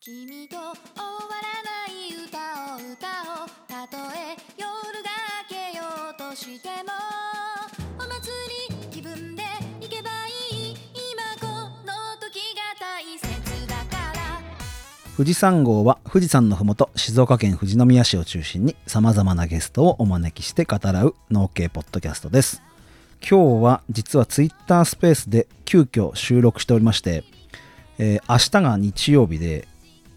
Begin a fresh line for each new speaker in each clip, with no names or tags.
君と終わらない歌を歌おうたとえ夜が明けようとしてもお祭り気分で行けばいい今この時が大切だから
富士山号は富士山のふもと静岡県富士宮市を中心にさまざまなゲストをお招きして語らう農系ポッドキャストです今日は実はツイッタースペースで急遽収録しておりまして、えー明日が日曜日で、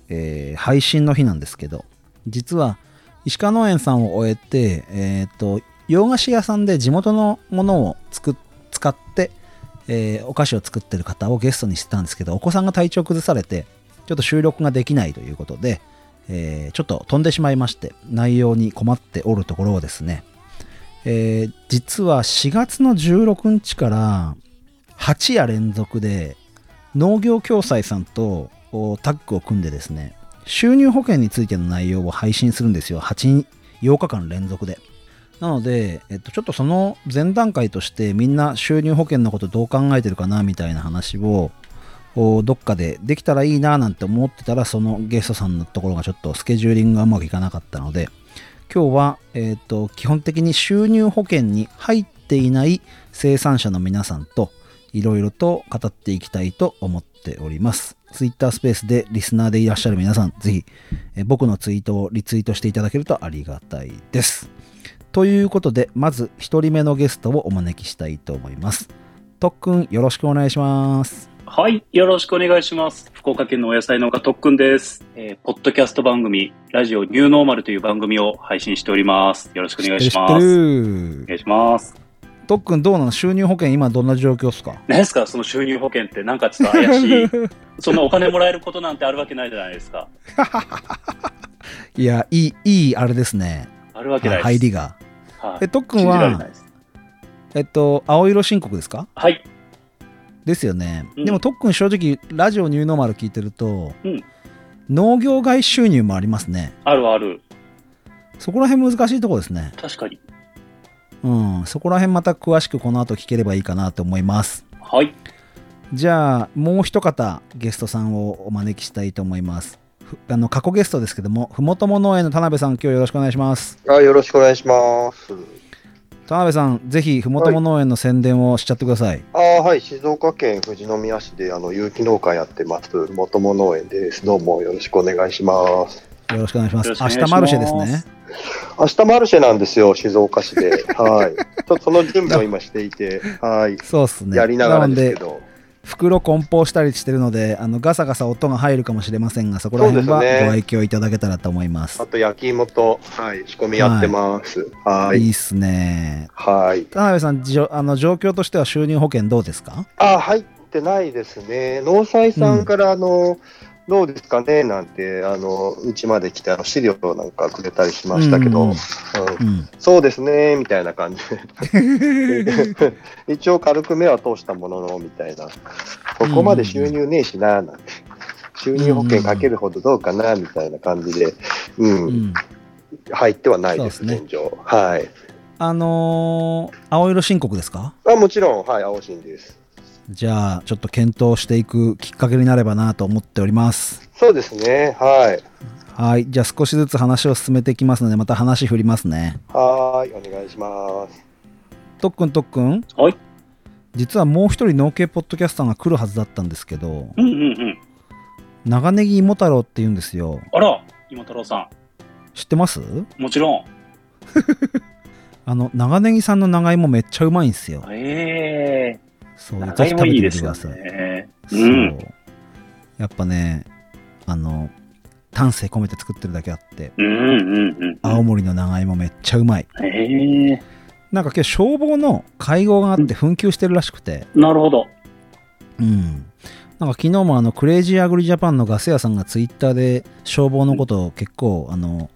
えー配信の日なんですけど実は石川農園さんを終えて、えー、と洋菓子屋さんで地元のものを作っ使って、えーお菓子を作ってる方をゲストにしてたんですけどお子さんが体調崩されてちょっと収録ができないということで、えーちょっと飛んでしまいまして内容に困っておるところをですね、えー実は4月の16日から8夜連続で農業共済さんとおタッグを組んでですね収入保険についての内容を配信するんですよ8 8日間連続でなので、えっと、ちょっとその前段階としてみんな収入保険のことどう考えてるかなみたいな話をおどっかでできたらいいななんて思ってたらそのゲストさんのところがちょっとスケジューリングがうまくいかなかったので今日は、えっと基本的に収入保険に入っていない生産者の皆さんといろいろと語っていきたいと思っております。ツイッタースペースでリスナーでいらっしゃる皆さん、ぜひ、えー僕のツイートをリツイートしていただけるとありがたいです。ということで、まず1人目のゲストをお招きしたいと思います。とっくん、よろしくお願いします。
はい、よろしくお願いします。福岡県のお野菜農家とっくんです。えーポッドキャスト番組、ラジオニューノーマルという番組を配信しております。よろしくお願いし
知
ます。
って
お
る知って
願
る
いします。
とっくん、どうなの収入保険、今どんな状況ですか
何ですかその収入保険ってなんかちょっと怪しい。そんなお金もらえることなんてあるわけないじゃないですか。
いや、いい、いい、あれですね。
あるわけないです。
入りが。
はい
え、とっくん
信じられない
は、
です。
えっと、青色申告ですか
はい。
ですよね、
うん
でもとっくん正直ラジオニューノーマル聞いてると、
うん
農業外収入もありますね
あるある。
そこら辺難しいとこですね
確かに。
うんそこら辺また詳しくこの後聞ければいいかなと思います
はい。
じゃあもう一方ゲストさんをお招きしたいと思いますふあの過去ゲストですけどもふもとも農園の田辺さん今日よろしくお願いします
あ、よろしくお願いします。
田辺さんぜひふもとも農園の宣伝をしちゃってください、
あ、はい、静岡県富士宮市で、あの、有機農家やってます。もとも農園です。どうもよろしくお願いします。
よろしくお願いします
よろしく
明
お願いし
日
ます
マルシェですね
明日マルシェなんですよ、静岡市で。 はい。ちょっとその準備を今していて、はい。
そうっすね
やりながら
の
ですけど。
袋梱包したりしてるのであのガサガサ音が入るかもしれませんがそこら辺は
そうですね
ご愛嬌いただけたらと思います
あと、焼き芋と、はい、仕込みやってます。はい
い
い。
っすね
はい。
田辺さんじょあの状況としては収入保険どうですか
あ、入ってないですね。農祭さんから、あの、どうですかねなんて、あの、うちまで来て、あの資料なんかくれたりしましたけど、
うん
う
う
ん
ん
そうですね、みたいな感じで。 一応軽く目は通したものの、みたいな。そこまで収入ねえしな、なんて。収入保険かけるほどどうかな、みたいな感じで、う、
うんん
入ってはないです、
そうですね
現状。はい。
あのー青色申告ですか
あもちろん、はい、青信です。
じゃあちょっと検討していくきっかけになればなと思っております
そうですね、はい。
はいじゃあ少しずつ話を進めていきますのでまた話振りますね
はーい、お願いします。
とっくんとっくん
はい
実はもう一人農系ポッドキャスターが来るはずだったんですけど
うんうんうん。
長ネギ芋太郎って言うんですよ
あら、今太郎さ
知ってます
ん。もちろん。
あの長ネギさんの長芋めっちゃうまいんですよ。
ええ
そう
ー。
ぜ
長
ひ食
い
べ
も
て
いい
み
で
て
す
く
よ
ださい。
ね。。
そううんやっぱねあの丹精込めて作ってるだけあって
うんうんうん。
青森の長芋めっちゃうまい。
へえ
なんか今日消防の会合があって紛糾してるらしくて、
なるほど。
うん、なんか昨日もあのクレイジーアグリジャパンのガス屋さんがツイッターで消防のことを結構あの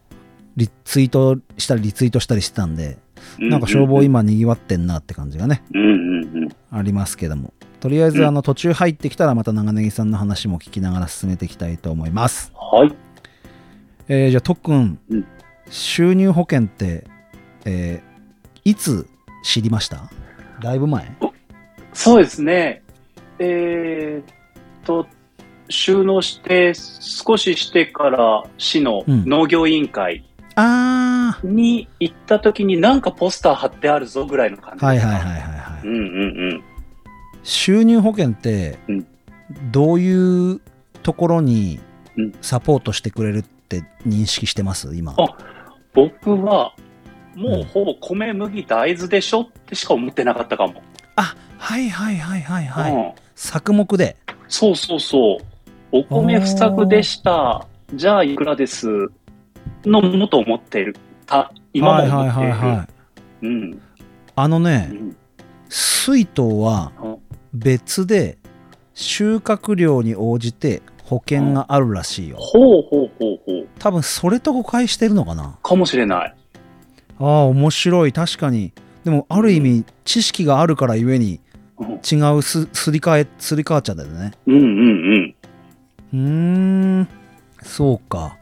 リツイートしたりリツイートしたりしてたんでなんか消防今にぎわってんなって感じがね
うんうんうん。
ありますけどもとりあえず
うん
あの途中入ってきたらまた長ネギさんの話も聞きながら進めていきたいと思います、
はい。
えーじゃあとっくん、
うん
収入保険って、えーいつ知りましただいぶ前
そうですね。えーっと、収納して少ししてから市の農業委員会
あ
に行った時になんかポスター貼ってあるぞぐらいの感じ
あ、はいはいはいはいはい。
うんうんうん
収入保険って
うん
どういうところに
うん
サポートしてくれるって認識してます今
あ僕はもうほぼ米麦大豆でしょってしか思ってなかったかも、
あはいはいはいはいはい、
うん、
作目で
そうそうそうお米不作でしたじゃあいくらですのものと思っているた今も思っている、
い
うん
あのね
うん
水筒は別で収穫量に応じて保険があるらしいよ
ほうほうほうほう
多分それと誤解してるのかな
かもしれない
ああ面白い確かにでもある意味知識があるからゆえに
うん
違うすすり替えすり替わっちゃうんだよね
うんうんうん
うーんそうか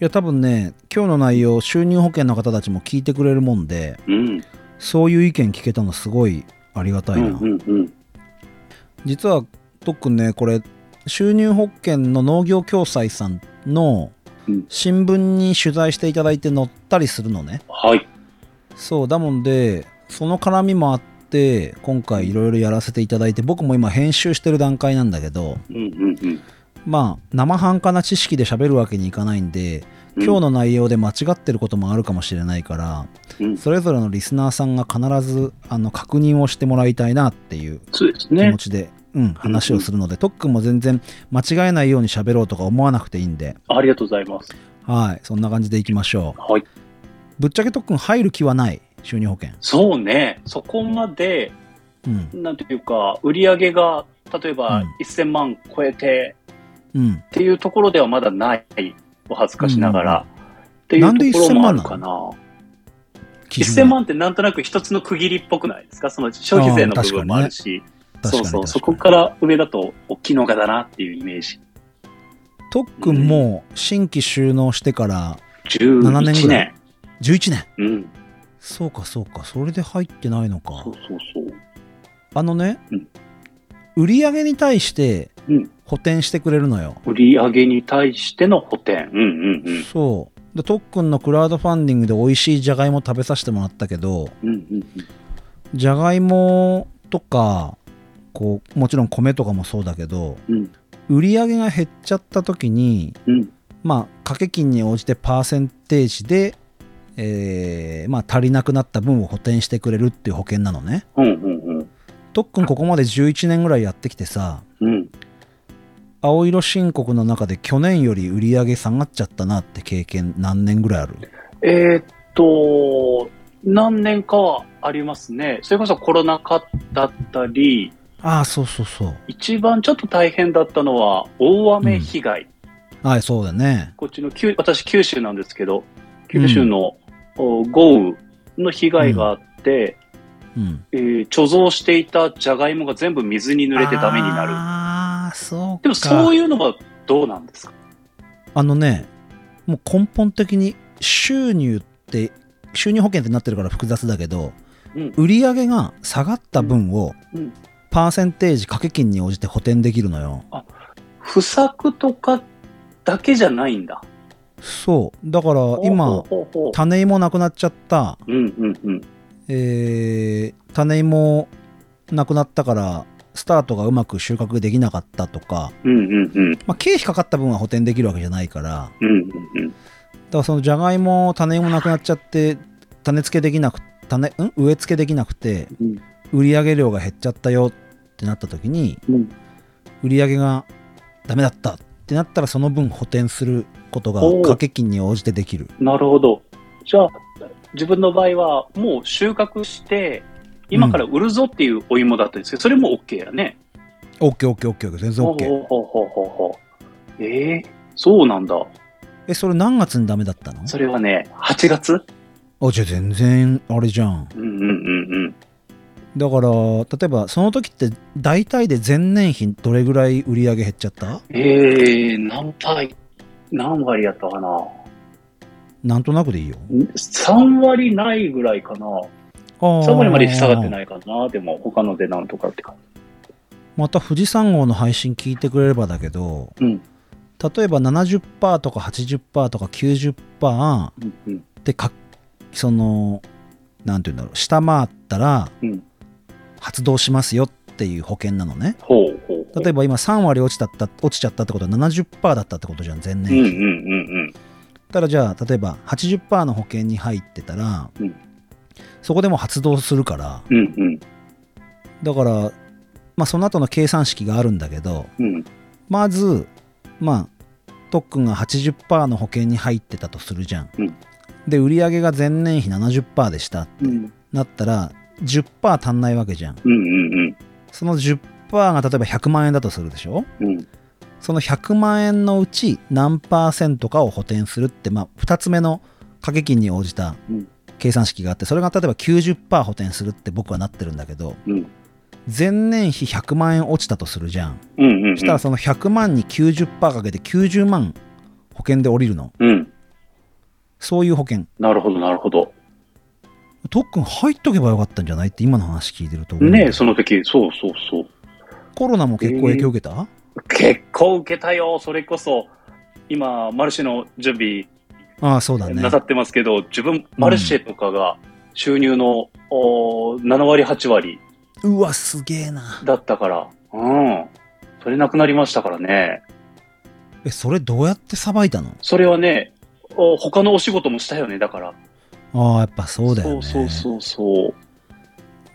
いや多分ね今日の内容収入保険の方たちも聞いてくれるもんで
うん
そういう意見聞けたのすごいありがたいな、
うんうんうん
実は特にねこれ収入保険の農業共済さんの
うん
新聞に取材していただいて載ったりするのね
はい
そうだもんでその絡みもあって今回いろいろやらせていただいて僕も今編集してる段階なんだけど
うんうんうん
まあ生半可な知識で喋るわけにいかないんで今日の内容で間違ってることもあるかもしれないから、
うん
それぞれのリスナーさんが必ずあの確認をしてもらいたいなっていう
そうです
気
ね
持ちで、うん、話をするので、とっくんも全然間違えないように喋ろうとか思わなくていいんで、
ありがとうございます
はい、そんな感じでいきましょう。
はい
ぶっちゃけとっくん入る気はない、収入保険。
そうねそこまで
うん、
なんていうか売り上げが例えば
うん
1000万超えて
うん。
っていうところではまだないお恥ずかしながら、って
なんで
いうところもある
1000
か
万な
な
基準
1000万ってなんとなく一つの区切りっぽくないですかその消費税の部分もあるし
確か
そ
に
うそう
確
そ
か
こ
に
から上だと大きいのがだなっていうイメージ
とっくんも新規収納してから
11
年
年
ぐらい11年。
うん
そうかそうか、それで入ってないのか
そう。そうそう
あのね、
うん
売り上げに対して
うん
補填してくれるのよ。
売り上げに対しての補填うんうん
そう。で、とっくんのクラウドファンディングで美味しいじゃがいも食べさせてもらったけど、
うんうんうんうん
じゃがいもとかこうもちろん米とかもそうだけど
うん
売り上げが減っちゃった時に
うん
まあ掛け金に応じてパーセンテージで、えーまあ、足りなくなった分を補填してくれるっていう保険なのね
うんうん
とっくんここまで11年ぐらいやってきてさ
うんうん
青色申告の中で去年より売り上げ下がっちゃったなって経験何年ぐらいある
えーっと何年かはありますねそれこそコロナ禍だったり
ああそうそうそう
一番ちょっと大変だったのは大雨被害、
はいそうだね
こっちの九私九州なんですけど九州の、お豪雨の被害があって、
うん
えー貯蔵していたじゃがいもが全部水に濡れてダメになる
ああそうか
でもそう
いう
いうのはどうなんですか
あのね、もう根本的に収入って、収入保険ってなってるから複雑だけど、
うん
売り上げが下がった分を
うんうん、
パーセンテージ掛け金に応じて補填できるのよ。
不作とかだけじゃないんだ
そう。だから今、
ほうほうほう
種芋なくなっちゃった、
うんうんうん
えー、種芋なくなったから、スタートがうまく収穫できなかったとか、
うんうんうん
まあ、経費かかった分は補填できるわけじゃないから、
うんうんうん
だからそのじゃがいも種芋なくなっちゃって種付けできなく種ん植え付けできなくて
うん
売り上げ量が減っちゃったよってなった時に
うん
売り上げがダメだったってなったらその分補填することが
おー
掛け金に応じてできる
なるほどじゃあ自分の場合はもう収穫して今から売るぞっていうお芋だったんですけど、それも OK やね
OKOKOK 全然
ほう
OK
ほうほうほうほうほうえー、そうなんだ。
えそれ何月にダメだったの
それはね、8月
あじゃあ全然あれじゃん
うんうんうん
だから例えばその時って大体で前年比どれぐらい売り上げ減っちゃった
うん。えー、何対、何割やったかな
なんとなくでいいよ
?3 割ないぐらいかな。
あ
3割まで下がって
い
ないかな。でも、他のでなんとかって感
また富士山号の配信聞いてくれればだけど
うん。
例えば70%とか80%とか90%
うん。うん。
でかそのなんて言うんだろう下回ったら
うん。
発動しますよっていう保険なのね
ほうほうほう。
例え
ば、
ば今3割落ちたった落ちちゃったってことは70%だったってことじゃん前年
うん
比、
うんうん
ただじゃあ例えば80%の保険に入ってたら、
うん
そこでもう発動するから
うん。うんうん。
だから、まあ、その後の計算式があるんだけど
うん。
まずまあ特訓が80%の保険に入ってたとするじゃん、
うん
で売上が前年比70%でしたって
うん。
なったら10%足んないわけじゃん
うんうん
その10%が例えば100万円だとするでしょ
うん。うん。
その100万円のうち何パーセントかを補填するって、まあ、2つ目の掛け金に応じた
うん
計算式があってそれが例えば90%補填するって僕はなってるんだけど
うん。
前年比100万円落ちたとするじゃん
うん。うん。
そしたらその100万に90%かけて90万保険で降りるの
うん。
そういう保険
なるほど、なるほど。
特訓入っとけばよかったんじゃないって今の話聞いてると思う
ねえ、その時、そうそうそう。
コロナも結構影響受けた、
結構受けたよ、それこそ。今、マルシェの準備
ああそうだね
なさってますけど、自分、マルシェとかが収入の、おー7割、8割
うわすげえな
だったから、うん。それなくなりましたからね。
えそれどうやってさばいたの
それはね、お他のお仕事もしたよね、だから。
ああやっぱそうだよね
そうそうそう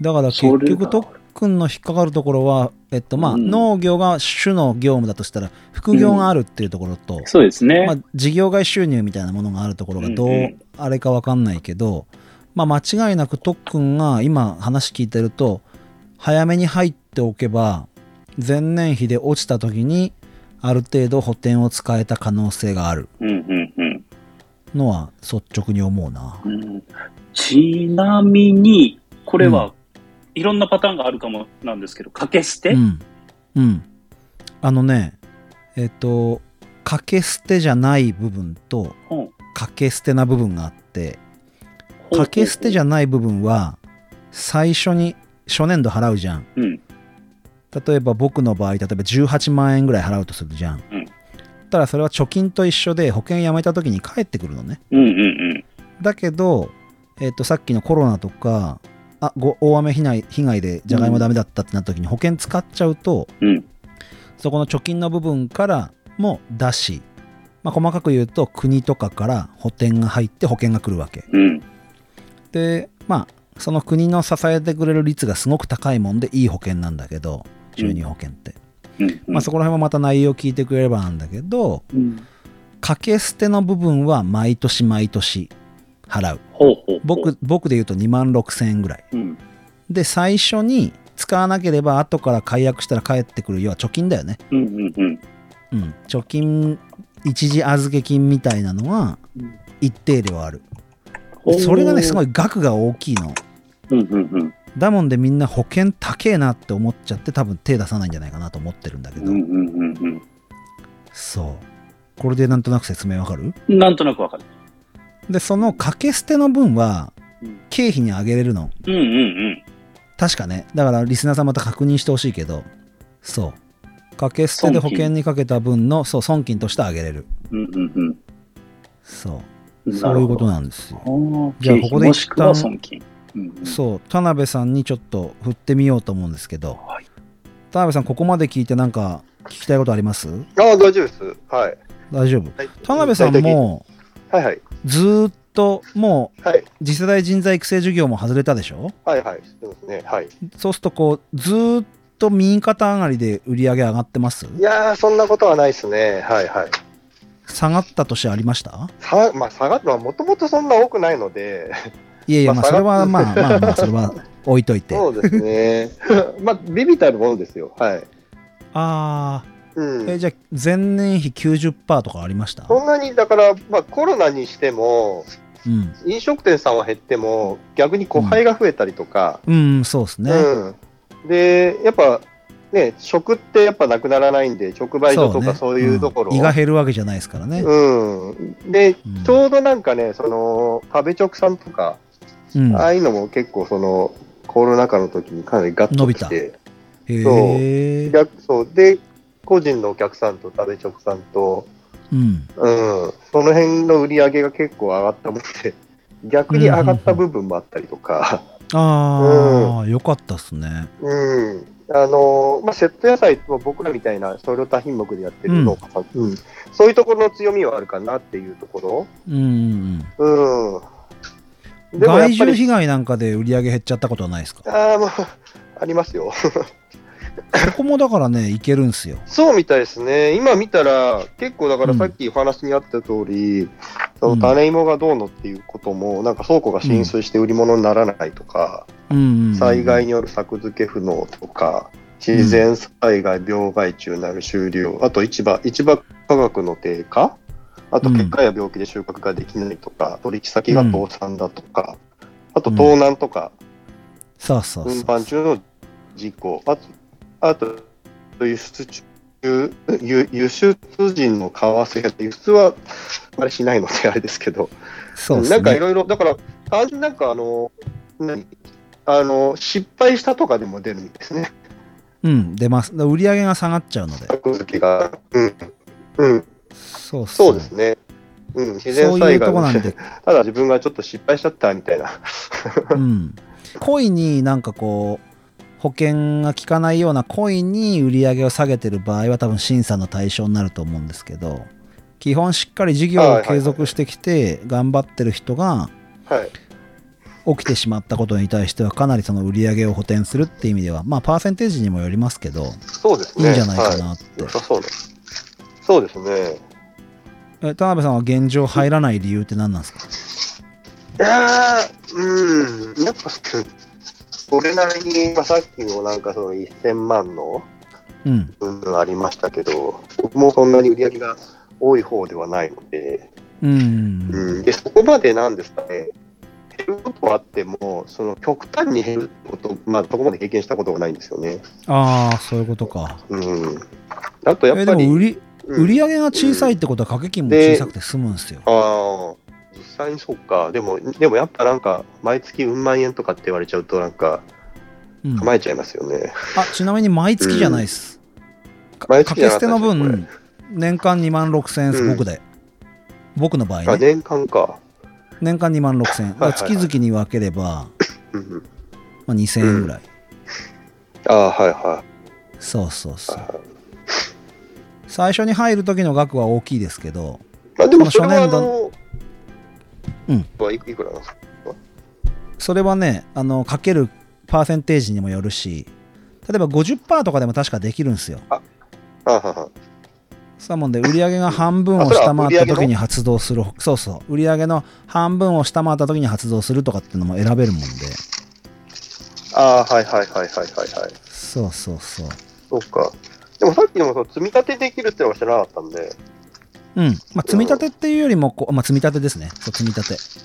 だから結
それ
局
が
特訓の引っかかるところは、えっとまあ
うん
農業が主の業務だとしたら副業があるっていうところと、
そうですね
まあ、事業外収入みたいなものがあるところがど
うんう
うんあれか分かんないけど、まあ、間違いなく特訓が今話聞いてると早めに入っておけば前年比で落ちた時にある程度補填を使えた可能性がある
うんうんうん。
のは率直に思うな。
うんちなみに、これは、いろんなパターンがあるかもなんですけど、掛け捨て、
うん、うん、あのねえっ、と掛け捨てじゃない部分と
うん
掛け捨てな部分があって掛け捨てじ
ん。
ゃない部分は最初に初年度払うじゃん
うん。
例えば僕の場合例えば18万円ぐらい払うとするじゃん、
うん
ただそれは貯金と一緒で保険辞めた時に返ってくるのね
うんうん
だけど、えっとさっきのコロナとかあご大雨被害被害でじゃがいもダメだったってなった時に保険使っちゃうと、
うん。うん。
そこの貯金の部分からも出し、まあ、細かく言うと国とかから補填が入って保険が来るわけ
うん。
でまあその国の支えてくれる率がすごく高いもんでいい保険なんだけど収入保険って、
うん。
まあ、そこら辺もまた内容聞いてくれればなんだけど
うん。
掛け捨ての部分は毎年毎年払う
ほうほうほう。
僕僕で言うと2万6000円ぐらい
うん。
で最初に使わなければ後から解約したら返ってくる要は貯金だよね
うんうんうん。
うん、貯金一時預け金みたいなのは
うん
一定量あるそれがねすご
い。
い額が大きいの
うんうんうん。
だもんでみんな保険高えなって思っちゃって多分手出さないんじゃないかなと思ってるんだけ
う
ど、
んうんうん
そうこれでなんとなく説明わかる
うん。なんとなくわかる。
でその掛け捨ての分は
うん
経費に上げれるの
うんうん
確かねだからリスナーさんまた確認してほしいけどそう掛け捨てで保険にかけた分のそう損金として上げれる
うん。うんうん
そう
うん。
そういうこと
な
なんですよ
の。
じゃあここで
もし
一
く
旦
は損金。うんうん
そう田辺さんにちょっと振ってみようと思うんですけど、
はい
田辺さんここまで聞いてなんか聞きたいことあります
ああ、大丈夫です。はい。
大丈夫
はい
田辺さん。も
大体はい
ずーっともう
はい。はい。
次世代人材育成授業も外れたでしょ
はいはい。そうですね。はい。
そうするとこうずーっと右肩上がりで売り上げ上がってます
いやー、そんなことはないですね。はいはい。
下がった年ありました
さまあ、下がってはもともとそんな多くないので、
いやいやまあ
まあ
それはまあ
下が
まあまあそれは 置いといて
そうですね。 まあ、ビビたるものですよ。はい。
ああ
うん。
えじゃあ前年比90%とかありました
そんなに、だから、まあ、コロナにしても、
うん
飲食店さんは減っても、逆に個配が増えたりとか、
うんそうですね、
うん。で、やっぱ、ね、食ってやっぱなくならないんで、直売所とかそういうところ。
ん胃が減るわけじゃないですからね、
うん。で、
うん
ちょうどなんかね、その、食べ直さんとか、
うん
ああいうのも結構その、コロナ禍の時にかなりガッときて、
へえ。
逆そうで個人のお客さんと食べ直さんと、
うん。
うん、その辺の売り上げが結構上がったもんで 逆に上がった部分もあったりとか、
ああ、よかったっすね。
うんあのまあ、セット野菜も僕らみたいな少量多品目でやってる農家さん、うんそういうところの強みはあるかなっていうとこ
うんうん
ろ、う、
うんん。
でもやっ
外注
ぱり
被害なんかで売り上げ減っちゃったことはないですか
あー、まあ、 ありますよ。
そこもだからね、いけるんすよ。
そうみたいですね、今見たら、結構だからさっきお話にあった通り、その種芋がどうのっていうことも、なんか倉庫が浸水して売り物にならないとか、
うんうんうん。
災害による作付け不能とか、自然災害、病害虫なる終了、あと市場、市場価格の低下、あと
うん
結果や病気で収穫ができないとか、取引先が倒産だとか、あと盗難とか、
そうそう
運
そう。
搬中の事故、あと、あと輸出中、輸輸出人の為替や、輸出はあれしないのであれですけど、
そうっ
な
す
んかい
ね。
ろいろ、だから、単純になんかあの、何あの失敗したとかでも出るんですね、
うん、出ます。売り上げが下がっちゃうので。
格付けが。うん、うん、
そう
そうですね。うん、自然
そうい
災
うと
害
こ
の
な
せ
ん
い
で、
ただ自分がちょっと失敗しちゃったみたいな。
うん。故意になんかこう、保険が効かないような故意に売り上げを下げてる場合は多分審査の対象になると思うんですけど、基本しっかり事業を継続してきて頑張ってる人が
はい、
起きてしまったことに対してはかなりその売り上げを補填するっていう意味では、まあパーセンテージにもよりますけど、
そうです
い
ね。
いんじゃないか
は
なって。
良さそうです。そうですね。
え田辺さんは現状入らない理由って何なんですか
いやー、うん、やっぱ、それなりに、まあ、さっきもなんかその1000万の
うん。
部分ありましたけど、僕もそんなに売り上げが多い方ではないので、
うん。
うん、でそこまでなんですかね、減ることはあっても、その極端に減ること、まあ、そこまで経験したことがないんですよね。
ああ、そういうことか。
うん、あとや
え
っ
で
ぱり、
も売り、
うん
売り上げが小さいってことは掛け金も小
で
さくて済むんですよ。
ああ、実際にそうか、でも、でもやっぱなんか、毎月うん万円とかって言われちゃうと、なんか、
うん
構えちゃいますよね。
あちなみに毎月じゃないです。か
毎
掛
月じ
け
ゃなか
捨
った
て
です
の
ねこれ
分、年間2万6000円す
うん
ごくで、僕の場合
あ
ね、
年間か。
年間2万6000円。だか
はい
ら月々に分ければ、
うん、
まあ、2000円ぐらい。
ああ、はいは
そうそうそ
いは
う。
いはい。
最初に入る時の額は大きいですけど、
まあ、でもそ
その
れはあ
初年
の、
うん
はいくいくらなんですか
それはね、あの、かけるパーセンテージにもよるし、例えば50%とかでも確かできるんですよ。
ああはいはい
そうもんで売り上げが半分
あ
を
それは
下回った
売り上
時
げ
に
の
発動するそうそう売り上げの半分を下回った時に発動するとかっていうのも選べるもんで
ああ、はいはいはいはいはいはい。
そうそうそう
そうか。でもさっきのもその積み立てできるってのが知らなかったんで、
うんまあ積み立てっていうよりもこう、まあ、積み立てですねそう積み立て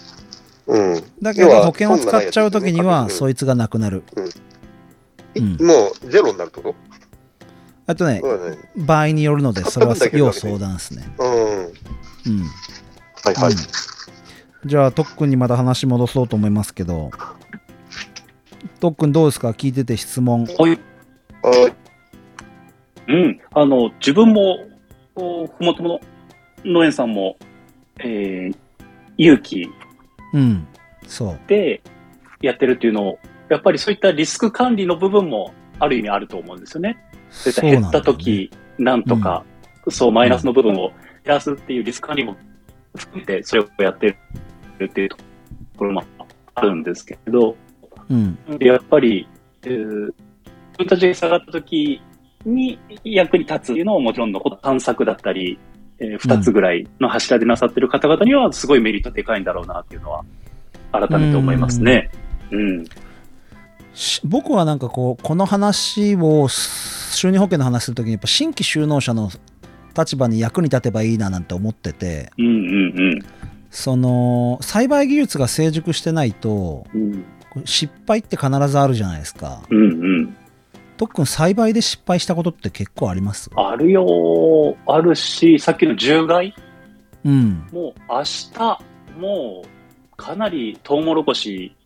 うん。
だけど
要は
保険を使っちゃう時には
そ
そ
ん
いつがなくなる
な
うん
ないやつねもうゼロになるってこと
あとね
そうだね。
場合によるのでそれは
買った分だけ
要
だけで
相談ですね
うん。はい
うん、
はい。
うんじゃあとっくんにまた話戻そうと思いますけどとっくんどうですか聞いてて質問
はい。
はい
うん。あの、自分も、こうふもともの農園さんも、えー、勇気
うんそう
でやってるっていうのを、やっぱりそういったリスク管理の部分もある意味あると思うんですよね。そういっ
そ
た
うなん
減
だよね
った時、なんとか、そう、マイナスの部分を減らすっていうリスク管理も含めて、それをやってるっていうところもあるんですけど、
うん
やっぱり、えー自分たちが下がった時に役に立つっていうのはもちろんのこと探索だったり、えー、2つぐらいの柱でなさってる方々にはすごいメリットでかいんだろうなっていうのは改めて思いますね。うん。
し僕はなんかこうこの話を収入保険の話するときにやっぱ新規就農者の立場に役に立てばいいななんて思ってて
うんうん
その栽培技術が成熟してないと
うん。うん
失敗って必ずあるじゃないですか
うんうん。
とっくん栽培で失敗したことって結構あります
あるよ、あるし、さっきの獣害
うん
もう明日、もうかなりトウモロコシ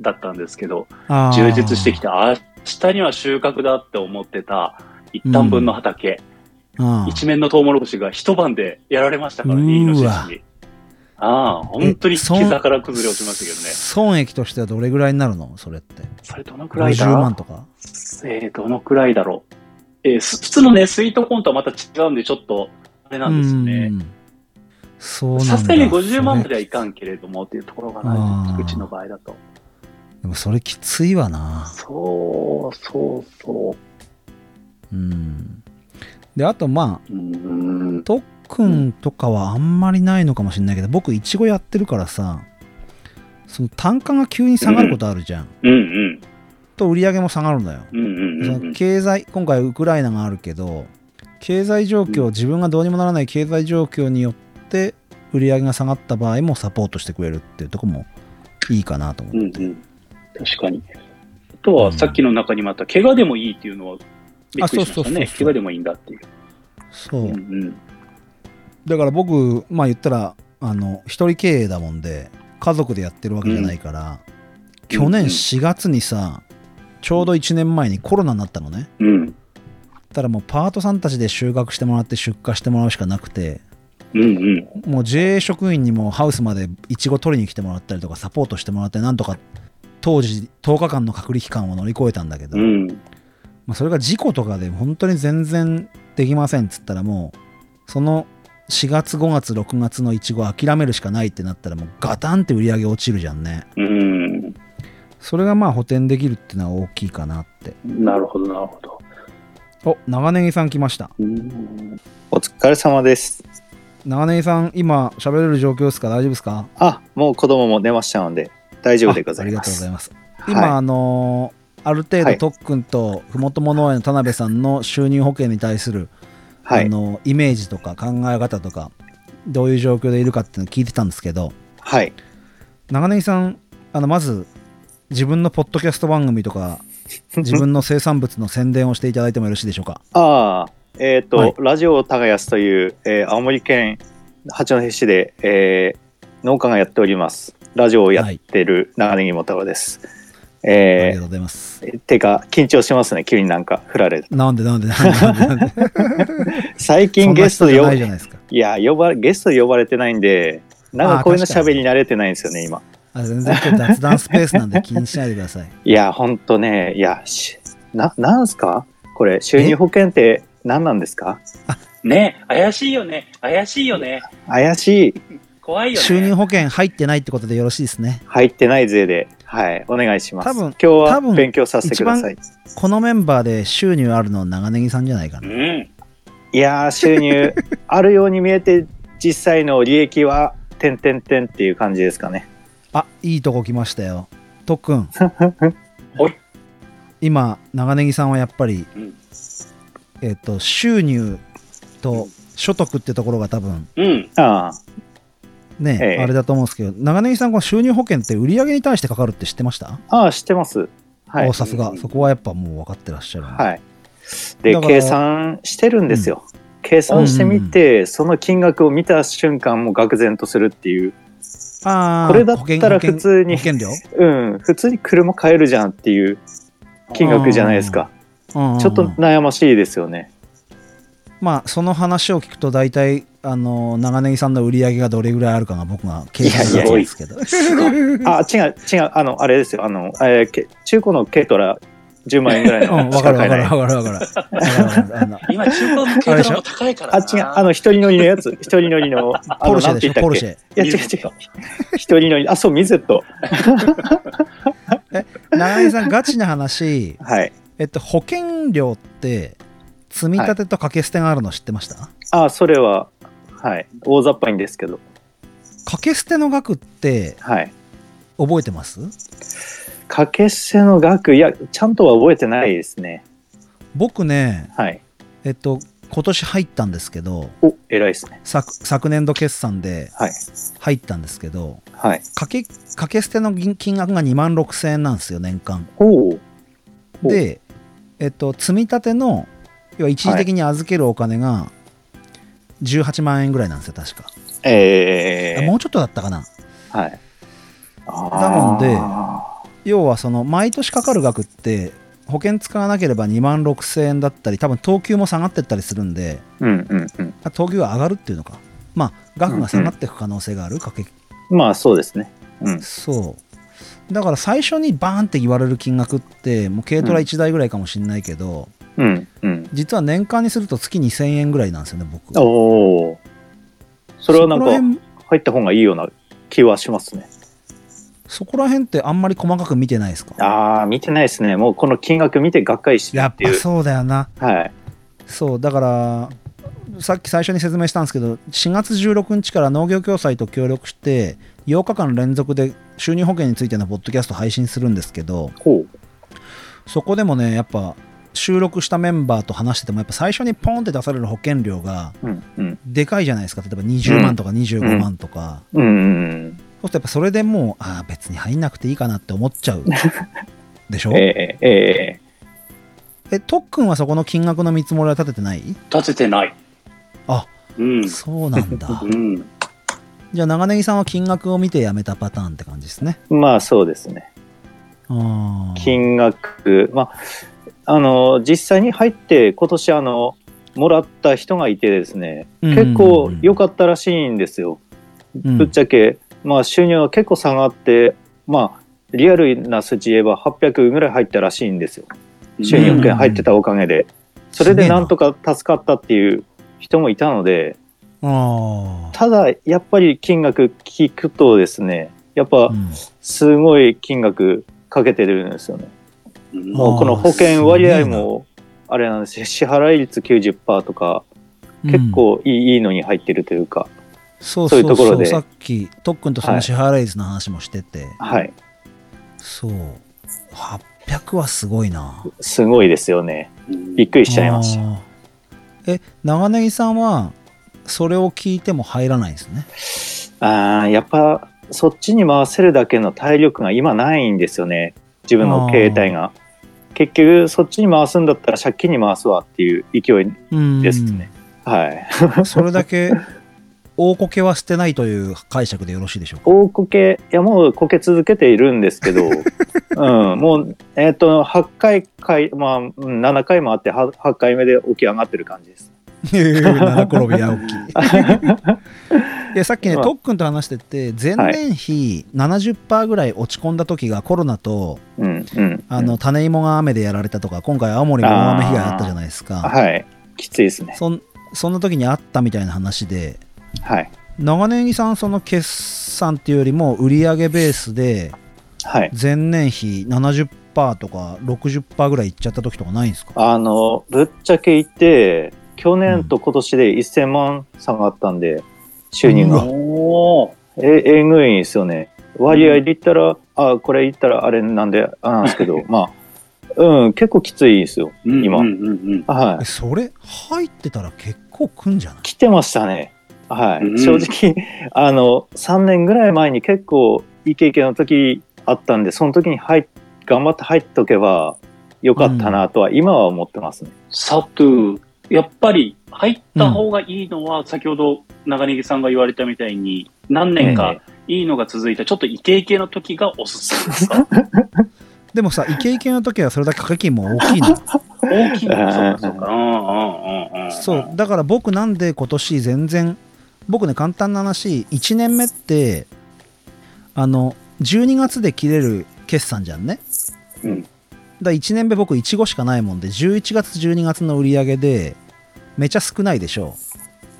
だったんですけど、
あー
充実してきて、明下には収穫だって思ってた一旦分の畑、
あ
一面のトウモロコシが一晩でやられましたからね、イノシ
うわ
シに。ああ、本当に
えそん
膝から崩れ落ちましたけどね。
損益としてはどれぐらいになるのそれって。
それどのくらいだ
50万とか。
えー、どのくらいだろう。えーす普通のね、スイートコーンとはまた違うんで、ちょっと、あれなんですよね。
うん。そうなんだ。
さすがに50万ま
そ
で
れ
はいかんけれどもっていうところが
あ
な
ー
い、菊池の場合だと。
でもそれきついわな。
そう、そう、そ
うん。で、あとまあ、
う。うーん。
特訓とかはあんまりないのかもしれないけど、僕、いちごやってるからさ、その単価が急に下がることあるじゃん。
うんうん。
と、売り上げも下がるんだよ。
うんうんうん
そ
うん
の。経済今回ウクライナがあるけど経済状況自分がどうにもならない経済状況によって売り上げが下がった場合もサポートしてくれるっていうとこもいいかなと思
う
う、
んうん。確かに。あとは、さっきの中にもあった、怪我でもいいっていうのは、びっく
あそ
りしま
うそうそ
した
うそう
ね。怪我でもいいんだっていう。
そううん
うん。
だから僕まあ言ったらあの一人経営だもんで家族でやってるわけじゃないから、去年4月にさちょうど1年前にコロナになったのね
うん。
ただもうパートさんたちで収穫してもらって出荷してもらうしかなくて
うんうん。
もう JA 職員にもハウスまでいちご取りに来てもらったりとかサポートしてもらってなんとか当時10日間の隔離期間を乗り越えたんだけど、
うん。
まあ、それが事故とかで本当に全然できませんっつったらもうその4月5月6月のいちご諦めるしかないってなったらもうガタンって売り上げ落ちるじゃんね
うん。
それがまあ補填できるっていうのは大きいかなって
なるほど、なるほど。
お長ネギさん来ました
うん
お疲れ様です。
長ネギさん今喋れる状況ですか大丈夫ですか
あ、もう子供も寝ましたので大丈夫でご
あ
ざ
あ
い
りが
ま
とうご
す。
ざいます今、
は
あのーある程
は
度
い
特訓とふもとも農園の田辺さんの収入保険に対する、
い、は
あ
い、
のイメージとか考え方とかどういう状況でいるかっていうのを聞いてたんですけど
はい、
長ネギさんあのまず自分のポッドキャスト番組とか自分の生産物の宣伝をしていただいてもよろしいでしょうか
ああ、えっ、と、
はい
ラジオ耕すという、えー青森県八戸市で、えー農家がやっております。ラジオをやってる長ネギも太郎です。
ありが
え
とうございます
ーてか緊張しますね急になんか振られる
なんでなんでなんでなんで
最
そ
近
んな
ゲスト
人
で
じゃ
呼ば
ない
い
じゃないですか
や呼ばゲストで呼ばれてないんでなん
あー
かこういうの
確かに
喋り慣れてないんですよね今
あ全然今日雑談スペースなんで気にしないでください
いや、ほんとね、いや、しな、なんすかこれ、収入保険って何なんですか
ね怪しいよね。怪しいよね。
怪しい、
怖いよね。
収入保険入ってないってことでよろしいですね
入ってない税で、はい、お願いします。
多分
今日
多
は
分
勉強させてください。
このメンバーで収入あるの長ネギさんじゃないか
う
な。
ん。
いやー、収 入あるように見えて、実際の利益は、てんてんてんっていう感じですかね。
あ、いいとこ来ましたよ。とっくん。
おい
今、長ネギさんはやっぱり、
うん
えっ、と、収入と所得ってところが多分
うん。
ああ、
ね、
ええ
あれだと思うんですけど、長ネギさんこの収入保険って売り上げに対してかかるって知ってました、
ああ、知ってます。はい
お。さすが。そこはやっぱもう分かってらっしゃる。
はい。で
だ、から
計算してるんですよ。計算してみて、その金額を見た瞬間、もう愕然とするっていう。
ああ、
これだった
保
ら
険
普通に
保 険料、
うん、普通に車買えるじゃんっていう金額じゃないですか。
うんうんうん
ちょっと悩ましいですよね。
まあその話を聞くと大体あの長ネギさんの売り上げがどれぐらいあるかが僕が計算
いやいや
なんですけど
すごい。
あ、違う、違う、あの、あれですよ、あの、えーけ中古の軽トラ10万円ぐらい
うん、
の
わ
し
か
か
るわ
買え
かる
ない。
わかるわかる。わかるあの
今、中古の軽トラも高いから
あ、
な。
違う、あの、一人乗りの やつ、一人乗りの、あ
ポ
の、
ルシ
な
ェで
ん
し
て言った
ょ、
っ
ポルシ
け
ェ。
いや、違う違う、一人乗り、あ、そう、ミゼット。
長井さん、ガチな話、
はい。
えっと、保険料って、積み立てと掛け捨てがあるの知ってました、
あ、それは、はい、大雑把にですけど、
掛け捨ての額って
はい。
覚えてます
掛け捨ての額、いや、ちゃんとは覚えてないですね。
僕ね、
はい。
えっと、今年入ったんですけど、
お、偉いですね。
昨昨年度決算で
はい。
入ったんですけど、
はい。
掛け掛け捨ての銀金額が2万6000円なんですよ、年間。
おうお
で、えっと、積み立ての要は一時的に預けるお金が18万円ぐらいなんですよ確か、
えー。
もうちょっとだったかな
はい。
なので
あ
要はその毎年かかる額って保険使わなければ2万6000円だったり多分等級も下がってったりするんで
うんうんうん。
あ等級が上がるっていうのかまあ額が下がっていく可能性がある掛け
まあそうですね。うん。
そうだから最初にバーンって言われる金額ってもう軽トラ1台ぐらいかもしれないけど、
うんうん。
実は年間にすると月2000円ぐらいなんですよね僕
おお。それはなん
そこら
か
辺
入った方がいいような気はしますね。
そこら辺ってあんまり細かく見てないですか
ああ、見てないですね。もうこの金額見てがっかりしてる
や
っ
って
い
ぱ
う。
そうだよな
はい。
そうだからさっき最初に説明したんですけど4月16日から農業共済と協力して8日間連続で収入保険についてのポッドキャスト配信するんですけど
ほう。
そこでもねやっぱ収録したメンバーと話しててもやっぱ最初にポンって出される保険料が
うんうん。
でかいじゃないですか例えば20万とか25万とか、
うんうん
そうするとやっぱそれでもうああ別に入んなくていいかなって思っちゃ うでし
う
ょ
ん。ええええ
え特訓はそこの金額の見積もりは立ててない
立ててない。
あ
うん。
そうなんだ
うん。
じゃあ長ネギさんは金額を見てやめたパターンって感じですね
まあそうですね。
あー
金額、まあ、あの実際に入って今年あのもらった人がいてですね
うん
結構良かったらしいんですよ、
うん
ぶっちゃけ、まあ、収入は結構下がって、まあ、リアルな数値言えば800ぐらい入ったらしいんですよ収入保険入ってたおかげで、それでなんとか助かったっていう人もいたので
あ
ただやっぱり金額聞くとですねやっ
あ
ぱすごい金額かけてるんですよね。
うん
もうこの
あー
保険割合
すげえ
も、あれなんですよ、支払い率90%とか、結構いい,、いいのに入ってるというか、
そう
そ
そうう
い
そ
うと
う
ころで
さっき特訓とその支払い率の話もしてて、
はい、
そう800はすごいな
すごいですよね。びっくりしちゃいました。
あーえ長ネギさんはそれを聞いても入らないんですね
ああーやっぱそっちに回せるだけの体力が今ないんですよね、自分の携帯が。結局、そっちに回すんだったら借金に回すわっていう勢い、
うん
ですねはい。
それだけ大こけは捨てないという解釈でよろしいで しょうか
大こけ、いや、もうこけ続けているんで すけど、うん、もう、えっ、と、8回回、まあ、うん7回もあって8、8回目で起き上がってる感 じです。
七転び八起きいやさっきね、
まあ
とっくんと話してて前年比70%ぐらい落ち込んだ時がコロナと、
うん、うん。
あの種芋が雨でやられたとか今回青森も大雨被害あったじゃないです
うん、
か
はい、きついですね。
そんそんな時にあったみたいな話で
はい、
長ネギさんその決算っていうよりも売上ベースで
はい。
前年比70%とか60%ぐらいいっちゃった時とかないんですか
あの、ぶっちゃけ言って、去年と今年で1000万下がったんで、収入が。
おー
え、えぐいんですよね。割合で言ったら、あ、これ言ったらあれなんで、あなんですけど、まあ、うん、結構きついんですよ、
うん
今。
うんうん
はい
え。それ入ってたら結構くんじゃない
来てましたね。はい。
うん
正直、あの、3年ぐらい前に結構イケイケの時あったんで、その時に入っ頑張って入っとけばよかったなとは今は思ってますね。
サトゥ、やっぱり入った方がいいのは、先ほど長ネギさんが言われたみたいに、何年かいいのが続いた、ちょっとイケイケの時がおすすめですか
でもさイケイケの時はそれだけ掛け金も大きいの
大きいの
うん
そうかそうか。うんうんうんうん。
そうだから僕なんで今年全然僕ね簡単な話1年目ってあの12月で切れる決算じゃんね
うん
だから1年目僕イチゴしかないもんで11月12月の売り上げでめちゃ少ないでしょ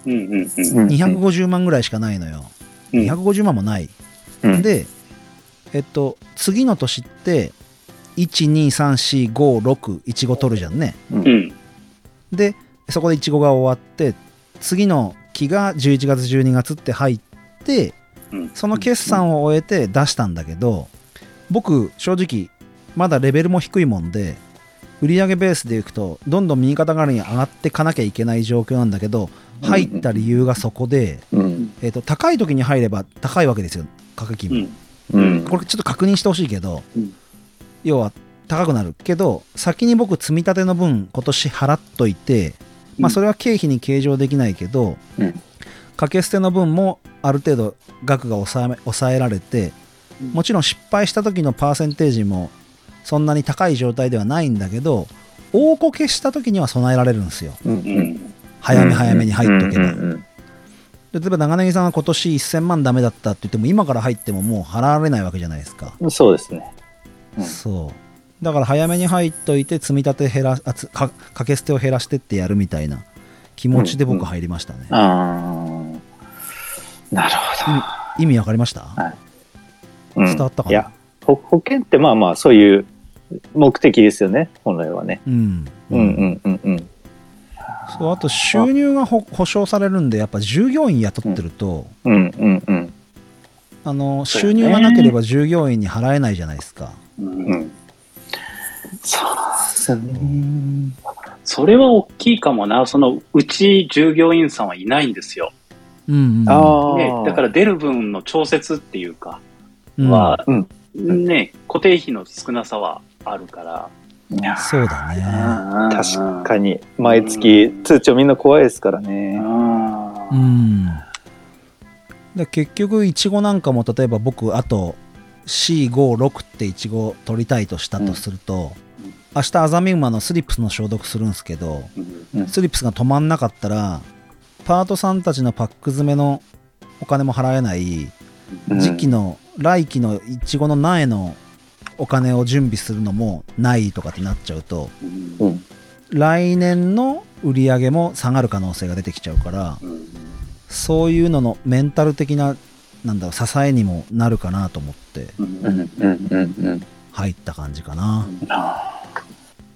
うんうんうん。
うん
250万ぐらいしかないのよ、
うん
250万もない、
うん
でえっと次の年って123456イチゴ取るじゃんね、
うん。
でそこでイチゴが終わって次の期が11月12月って入って
うん
その決算を終えて出したんだけど僕正直まだレベルも低いもんで売上ベースでいくとどんどん右肩上がりに上がってかなきゃいけない状況なんだけど入った理由がそこで、
うん。
えっと高い時に入れば高いわけですよ掛け金も。
うん
うん。
これちょっと確認してほしいけど、
うん
要は高くなるけど先に僕積み立ての分今年払っといて、まあ、
うん
それは経費に計上できないけど、
うん
掛け捨ての分もある程度額が抑え抑えられてもちろん失敗した時のパーセンテージもそんなに高い状態ではないんだけど大こけした時には備えられるんですよ
う
う
んうん
ん。
早め早めに入っとけば、
うんうんうん
例えば長ネギさんは今年1000万ダメだったって言っても今から入ってももう払われないわけじゃないですか、
うんそうですね。うん
そうだから早めに入っといて積み立て減らあつかかけ捨てを減らしてってやるみたいな気持ちで
うん
僕
うん
入りましたね、
ああ、なるほ
意味わかりました、
ど。うん
伝わったか
い
な
や、保保険ってまあまあそういう目的ですよね、本来はね。
うん
うんうんうんうん。
そうあと収入がほ保証されるんでやっぱ従業員雇ってると、
うんうんうん
あの
そうね
収入がなければ従業員に払えないじゃないですか、
うん
うん。そうですね。
それは大きいかもな。その、うち従業員さんはいないんですよ。
うんうん、
ああ、
ね、だから出る分の調節っていうか、
うん
は、
うん
ね、固定費の少なさはあるから。
いや
そうだね
確かに毎月通帳みんな怖いですからね
う。ん
うんで結局いちごなんかも例えば僕あと456っていちご取りたいとしたとすると、
うん
明日アザミウマのスリップスの消毒するんですけど
うん
スリップスが止まんなかったらパートさんたちのパック詰めのお金も払えない
うん
時期の来期のいちごの苗のお金を準備するのもないとかってなっちゃうと
うん
うん
来年の売り上げも下がる可能性が出てきちゃうからそういうののメンタル的ななんだろう支えにもなるかなと思って
うん
うんうんうんうん。
入った感じかな、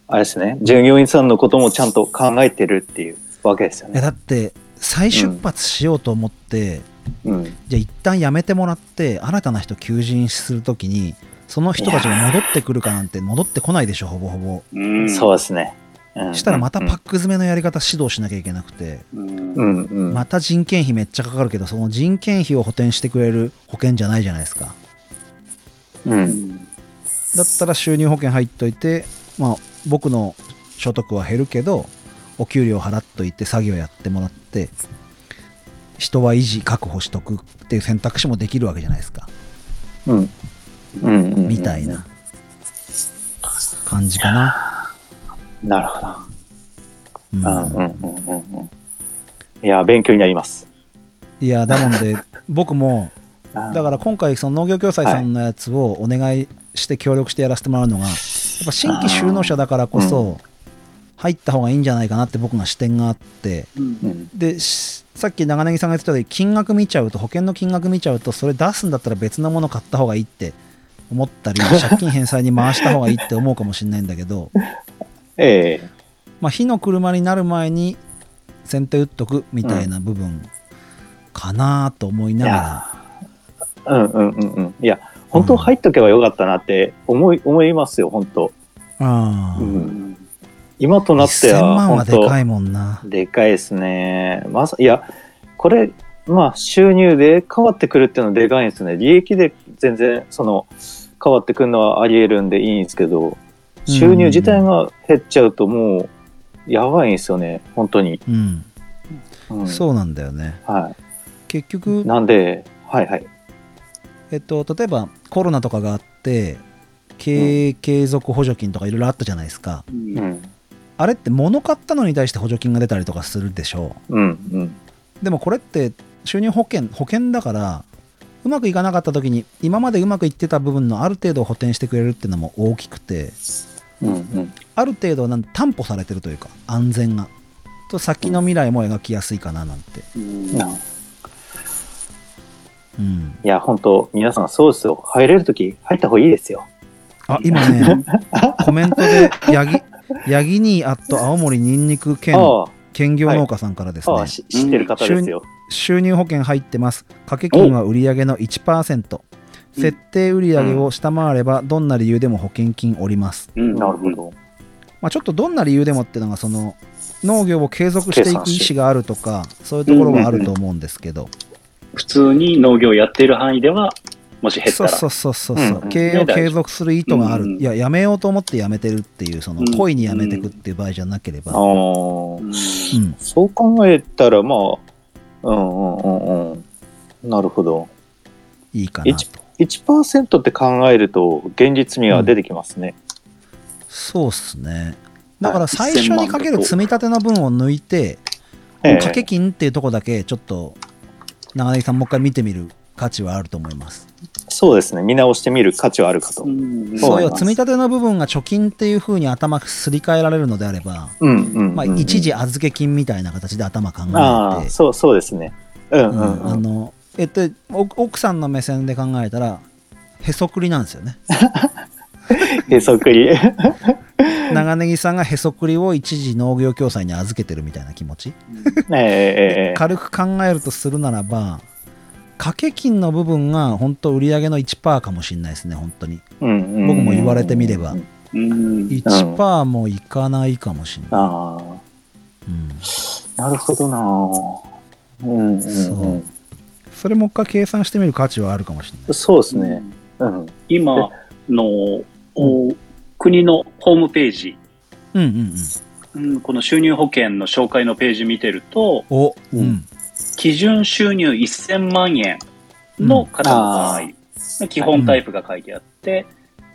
あれですね従業員さんのこともちゃんと考えてるっていうわけです
い
よ
や
ね。
だって再出発しようと思って、
うん、
じゃあ一旦やめてもらって新たな人求人するときにその人たちが戻ってくるかなんて戻ってこないでしょほぼほぼ
うん
そうですね。うん
したらまたパック詰めのやり方指導しなきゃいけなくて、
うん
うんうん、
また人件費めっちゃかかるけどその人件費を補填してくれる保険じゃないじゃないですか
う
うんん
だったら収入保険入っといて、まあ、僕の所得は減るけどお給料払っといて作業やってもらって人は維持確保しとくっていう選択肢もできるわけじゃないですか
うんうんうん、
みたいな感じかな、
なるほど。
うん
うんうんうんうんうんいや勉強になります。
いやだもんで僕も
だ
だから今回その農業共済さんのやつをお願いして協力してやらせてもらうのがやっぱ新規就農者だからこそ入った方がいいんじゃないかなって僕が視点があって
うん
でしさっき長ネギさんが言ってたように金額見ちゃうと保険の金額見ちゃうとそれ出すんだったら別のもの買った方がいいって思ったり借金返済に回した方がいいって思うかもしれないんだけ ど、
ええ
まあ、火の車になる前に先手打っとくみたいな部分かなと思いながら、
うんうんうんうんいや本当入っとけばよかったなって思い思いますよ本当。
あ
う
ー
ん今となって
1000
は
万は
本
で
当
かいもんな。
でかいですね。まさ、いや、これ、まあ、収入で変わってくるっていうのはでかいですね。利益で全然、その、変わってくるのはあり得るんでいいんですけど、収入自体が減っちゃうともう、やばいんですよね、本当に。
うん、
うん、
そうなんだよね。
う。は
結
い。
局、
なんで、はいはい。
えっと、例えばコロナとかがあって経営継続補助金とかいろいろあったじゃないですか。
う
うん
ん。
あれって物買ったのに対して補助金が出たりとかするでしょ
うん。うん。
うでもこれって収入保険保険だからうまくいかなかった時に今までうまくいってた部分のある程度を補填してくれるっていうのも大きくて
うん。うん。
ある程度なん担保されてるというか安全がと先の未来も描きやすいかななんて
うん
な
うん
いや、本当皆さんそうですよ。入れるとき、入った方がいいですよ。
あ今ねコメントでヤギヤギにあと青森にんにく兼
あ
兼業農家さんからです
あ、
ね、
ああ、し知ってる方ですよ。
収入保険入ってます掛け金は売上の1%
うん
設定売上を下回ればどんな理由でも保険金おります、
うん
なるほど。
まあ、ちょっとどんな理由でもっていうのがその農業を継続していく意思があるとかそういうところはあると思うんですけど、
普通に農業やってる範囲では、もし減った
そう
ら。
そうそうそうそう、
うんうん
経営を継続する意図がある、
うんうん
いややめようと思ってやめてるっていうその
うん
故意にやめていくっていう場合じゃなければ、うん
ああ。そう考えたら、まあ、うんうんうんうん。なるほど。
いいかなと
1%って考えると、現実味は出てきますね。
そうっすね。だから
はい
最初にかける積み立ての分を抜いて、
ええ
掛け金っていうとこだけちょっと長谷さんもう一回見てみる価値はあると思います。
そうですね見直してみる価値はあるかと。
ん
そう
そう
思い
よ
ます
積み立ての部分が貯金っていう風に頭すり替えられるのであれば、
うんうん
まあ、
うんうん
一時預け金みたいな形で頭考えて、
ああそうそうですね。うんう
うん
ん
あ
うん。
のえっとお奥さんの目線で考えたらへそくりなんですよね
へ そくり。
長ネギさんがへそくりを一時農業共済に預けてるみたいな気持ち
ええええええ
軽く考えるとするならば掛け金の部分が本当売り上げの1%かもしれないですね本当に
うんうん
僕も言われてみれば
うん
1%もいかないかもしれない、
ああ
うん、
なるほどなぁ。うんうんうん
それもう一回計算してみる価値はあるかもしれない
そうですね。うん。
今の、お国のホームページ、
うんうんうん
うん、この収入保険の紹介のページ見てると、
おう
うん
ん
基準収入1000万円の方の場合、基本タイプが書いてあって、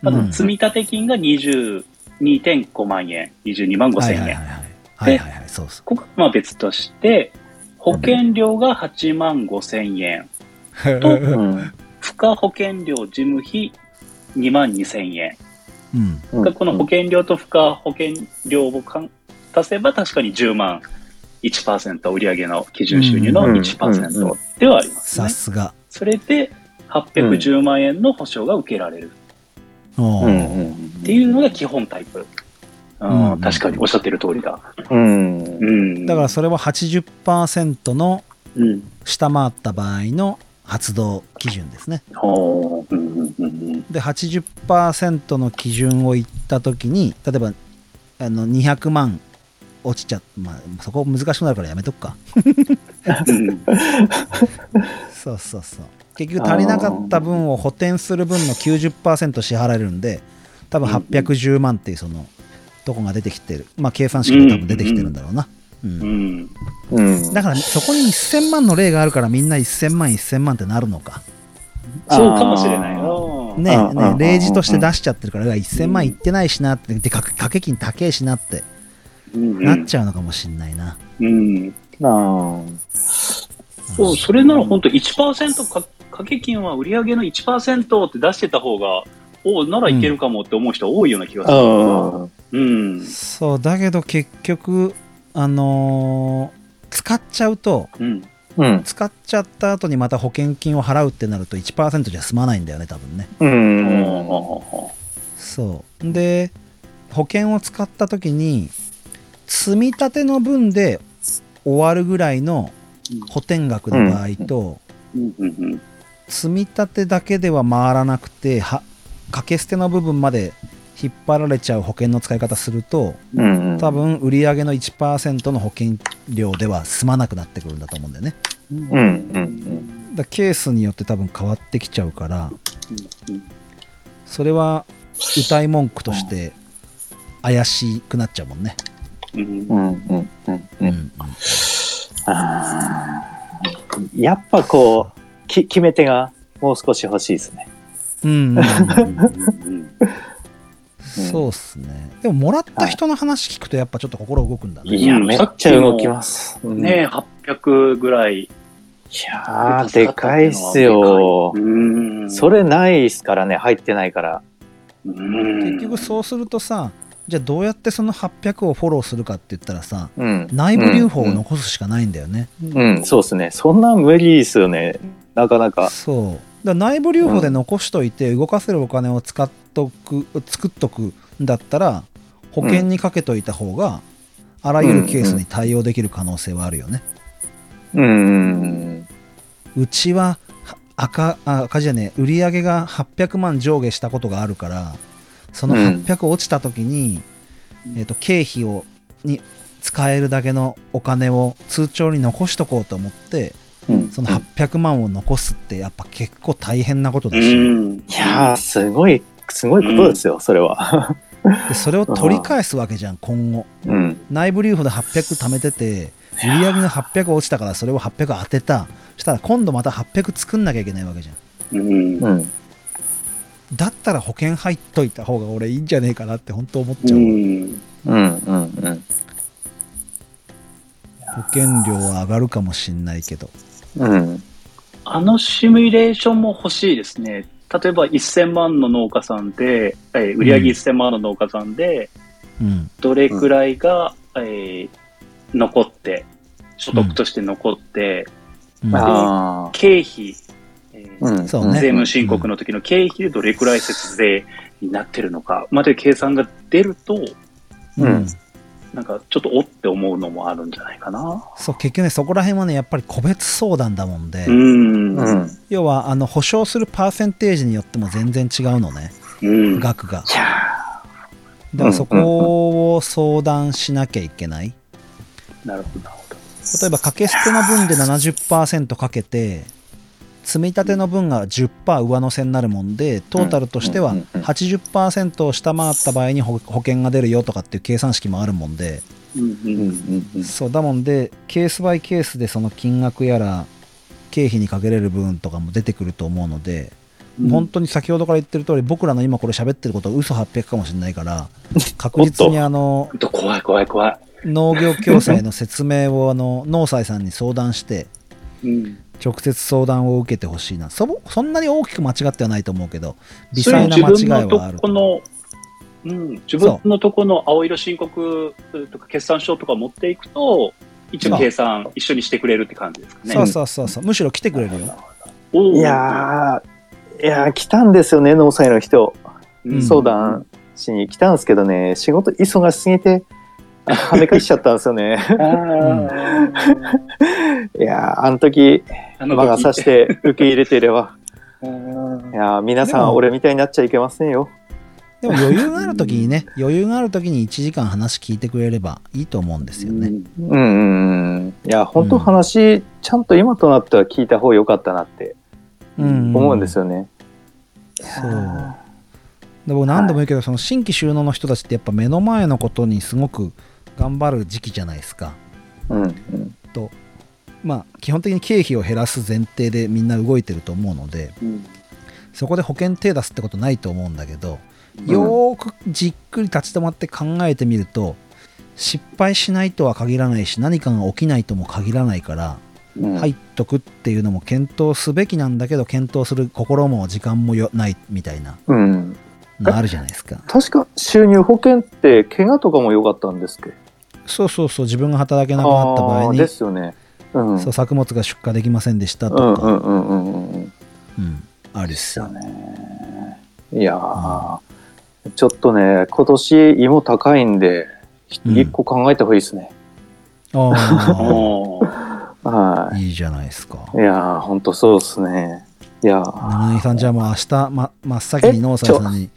あ
うん
の積立金が22.5万円、22万5
はい
千円。
はいはいはいはいはいはいそうそう
ここはまあ別として、保険料が8万5千円、
う
うん
ん。
付加保険料事務費2万2千円。
うん
うん
この保険料と付加保険料をかん足せば確かに10万1%売上の基準収入の
うん
1%ではあります
さ
ね。
すが
それで810万円の保証が受けられる
お
う
ー
んうん。
っていうのが基本タイプ。
ん
うん、確かにおっしゃってる通りだ。
うん。う。
うんん。
だから、それは80%の
うん。
下回った場合の発動基準ですね
ほう。うんうんうん
で80%の基準を言った時に例えばあの200万落ちちゃまあそこ難しくなるからやめとくか
うん。
そうそうそう結局足りなかった分を補填する分の90%支払えるんで多分810万っていうそのとこが出てきてるまあ計算式が多分出てきてるんだろうな、うん
うん。
うん
だからそこに1000万の例があるからみんな1000万1000万ってなるのか
そうかもしれないよ。
ね
うんうんうん
ね
うん
例示として出しちゃってるからうわ1000万いってないしなってでか掛け金高えしなってな
な
っちゃうのかもしんないな、
うん。
あ
そう、それなら本当1%か、掛け金は売り上げの1%って出してた方が、おならいけるかもって思う人多いような気がす
あ。うん。
る。うん。
そうだけど結局あのー使っちゃうと
うん。
うん。
使っちゃった後にまた保険金を払うってなると1%じゃ済まないんだよね多分ね
うん。
そうで保険を使った時に積み立ての分で終わるぐらいの補填額の場合と、
うんうんうん
積み立てだけでは回らなくては掛け捨ての部分まで引っ張られちゃう保険の使い方すると
うん。
多。分売上の1%の保険料では済まなくなってくるんだと思うんだよね
うん。うん。
だからケースによって多分変わってきちゃうからそれは歌い文句として怪しくなっちゃうもんね。
うんうん
うん。うん。うん。う。
うん
ああ。やっぱこう、き、決め手がもう少し欲しいですね。
ん、
うん
そうっすね。でももらった人の話聞くとやっぱちょっと心動くんだね。
いや、めっちゃ動きます。
ねえ、800ぐらい。
いやー、でかいっすよ
う。ん。
それないっすからね、入ってないから。
うん、
結局そうするとさじゃあどうやってその800をフォローするかって言ったらさ
うん。
内部留保を残すしかないんだよね。
うん、そうですね。そんな無理ですよね。なかなか。
そうだから内部留保で残しといて動かせるお金を使っとく作っとくんだったら保険にかけといた方があらゆるケースに対応できる可能性はあるよね。
うん。
うちはは赤あ赤字じゃねえ売り上げが800万上下したことがあるからその800落ちた時に、えっと経費をに使えるだけのお金を通帳に残しとこうと思って
うん
その800万を残すってやっぱ結構大変なこと
う
だし、
ん。い
いやー、すごい、すごいことですよ、それは。
でそれを取り返すわけじゃん今後
うん。
内部留保で800貯めてて売り上げの800落ちたからそれを800当てたしたら今度また800作んなきゃいけないわけじゃん
うん。
うん。
だったら保険入っといた方が俺いいんじゃねえかなって本当思っちゃ
う
う、
ん。
うんうんうん
保険料は上がるかもしんないけど
うん
あのシミュレーションも欲しいですね。例えば1000万の農家さんで、えー売上1000万の農家さんで、
うん
どれくらいが、えー残って、所得として残って、
うん
ああ
経費、えー
うん
そうね
税務申告の時の経費でどれくらい節税になってるのかまで計算が出ると、
うん
なんかちょっとおって思うのもあるんじゃないかな。
そう結局ねそこら辺はねやっぱり個別相談だもんで、
うん。
う
うん。
ん
要はあの保証するパーセンテージによっても全然違うのね、
うん。
額が
いや
だからそこを相談しなきゃいけない
なるほどなるほど。
例えば掛け捨ての分で70%かけて積み立ての分が10%上乗せになるもんでトータルとしては
うんうんうん
80%を下回った場合に保保険が出るよとかっていう計算式もあるもんで
うんう
ーうん
ん
うん
そうだもんでケースバイケースでその金額やら経費にかけれる分とかも出てくると思うので
うん。
本当に先ほどから言ってる通り僕らの今これ喋ってることは嘘800かもしれないから確実にあの
ほんと怖い怖い怖
農業共済の説明をあの農債さんに相談して
い。うん。
直接相談を受けてほしいなそぼそんなに大きく間違ってはないと思うけど微
それ
細な
自
間違い
分のと
はある
この、うん、自分のとこの青色申告とか決算書とか持っていくと、一応計算一緒にしてくれるって感じですかね。
そうそうそうそうむしろ来てくれるよ
おー
いやーいやー来たんですよね農祭の人
うん
相談しに来たんですけどね仕事忙しすぎてあはめかしちゃったんですよね
あー
いやーあの時
あの
魔が差して受け入れていればいやー皆さ
でも
ん俺みたいになっちゃいけませんよ
でも余裕がある時にね余裕がある時に1時間話聞いてくれればいいと思うんですよね
うんうんうんいや本当話、ちゃんと今となっては聞いた方が良かったなって思うんです
よ
よね。
そうで僕何度も言うけどその新規収納の人たちってやっぱ目の前のことにすごく頑張る時期じゃないですか
うんうん
とまあ基本的に経費を減らす前提でみんな動いてると思うので
うん
そこで保険手出すってことないと思うんだけど、よーくじっくり立ち止まって考えてみると失敗しないとは限らないし何かが起きないとも限らないから
うん
入っとくっていうのも検討すべきなんだけど検討する心も時間もよないみたいな
うん、
のあるじゃないです か
確か収入保険って怪我とかも良かったんですっけど
そうそうそう自分が働けなくなった場合に
ですよね。うん、
そう作物が出荷できませんでしたと
うんう
か、
んうんうんうん
うんあるですよ
ね。いやー、ちょっとね今年芋高いんで
うん
一個考えた方がいいですね。
あ
おー
は
あいいじゃないですか
い。いやー本当そうですね。いやー
七木さんじゃあもう明日、ま、真っ先に農斎さんに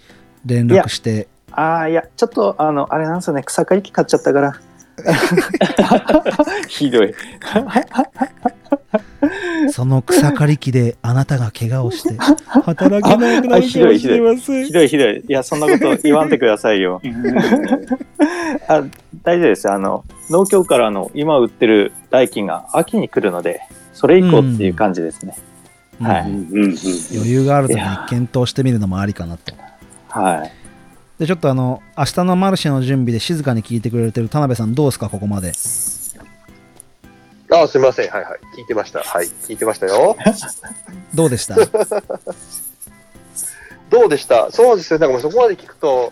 連絡して
ああいやちょっとあのあれなんですよね草刈り機買っちゃったから ひど い
その草刈り機であなたが怪我を して働けなくなるかもしれません
ひどいひどいいやそんなこと言わんでくださいよあ大丈夫ですあの農協からの今売ってる代金が秋に来るのでそれ以降っていう感じですね、
うん
は
う
い
んうんうん
余裕がある時
いや
に検討してみるのもありかなと
はい
でちょっとあの明日のマルシェの準備で静かに聞いてくれてる田辺さんどうですかここまで
あ、すみません。はいはい。聞いてました。はい。聞いてましたよ。
どうでした
どうでしたそうですよ。なんかもうそこまで聞くと、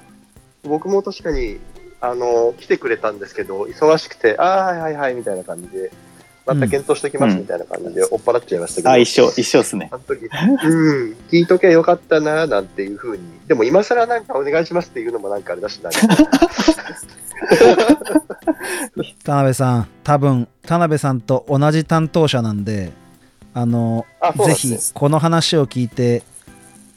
僕も確かに、あの、来てくれたんですけど、忙しくて、ああー、はいはいはい、みたいな感じで、また検討しておきます、みたいな感じで、追っ払っちゃいましたけど。
あ一緒一緒ですね
あの時、うん、聞いとけばよかったな、なんていうふうに。でも今更なんかお願いしますっていうのもなんかあれだしな。
田辺さん多分田辺さんと同じ担当者なんであの
あ、そ
ぜ
うなんです
ひ
ね。
この話を聞いて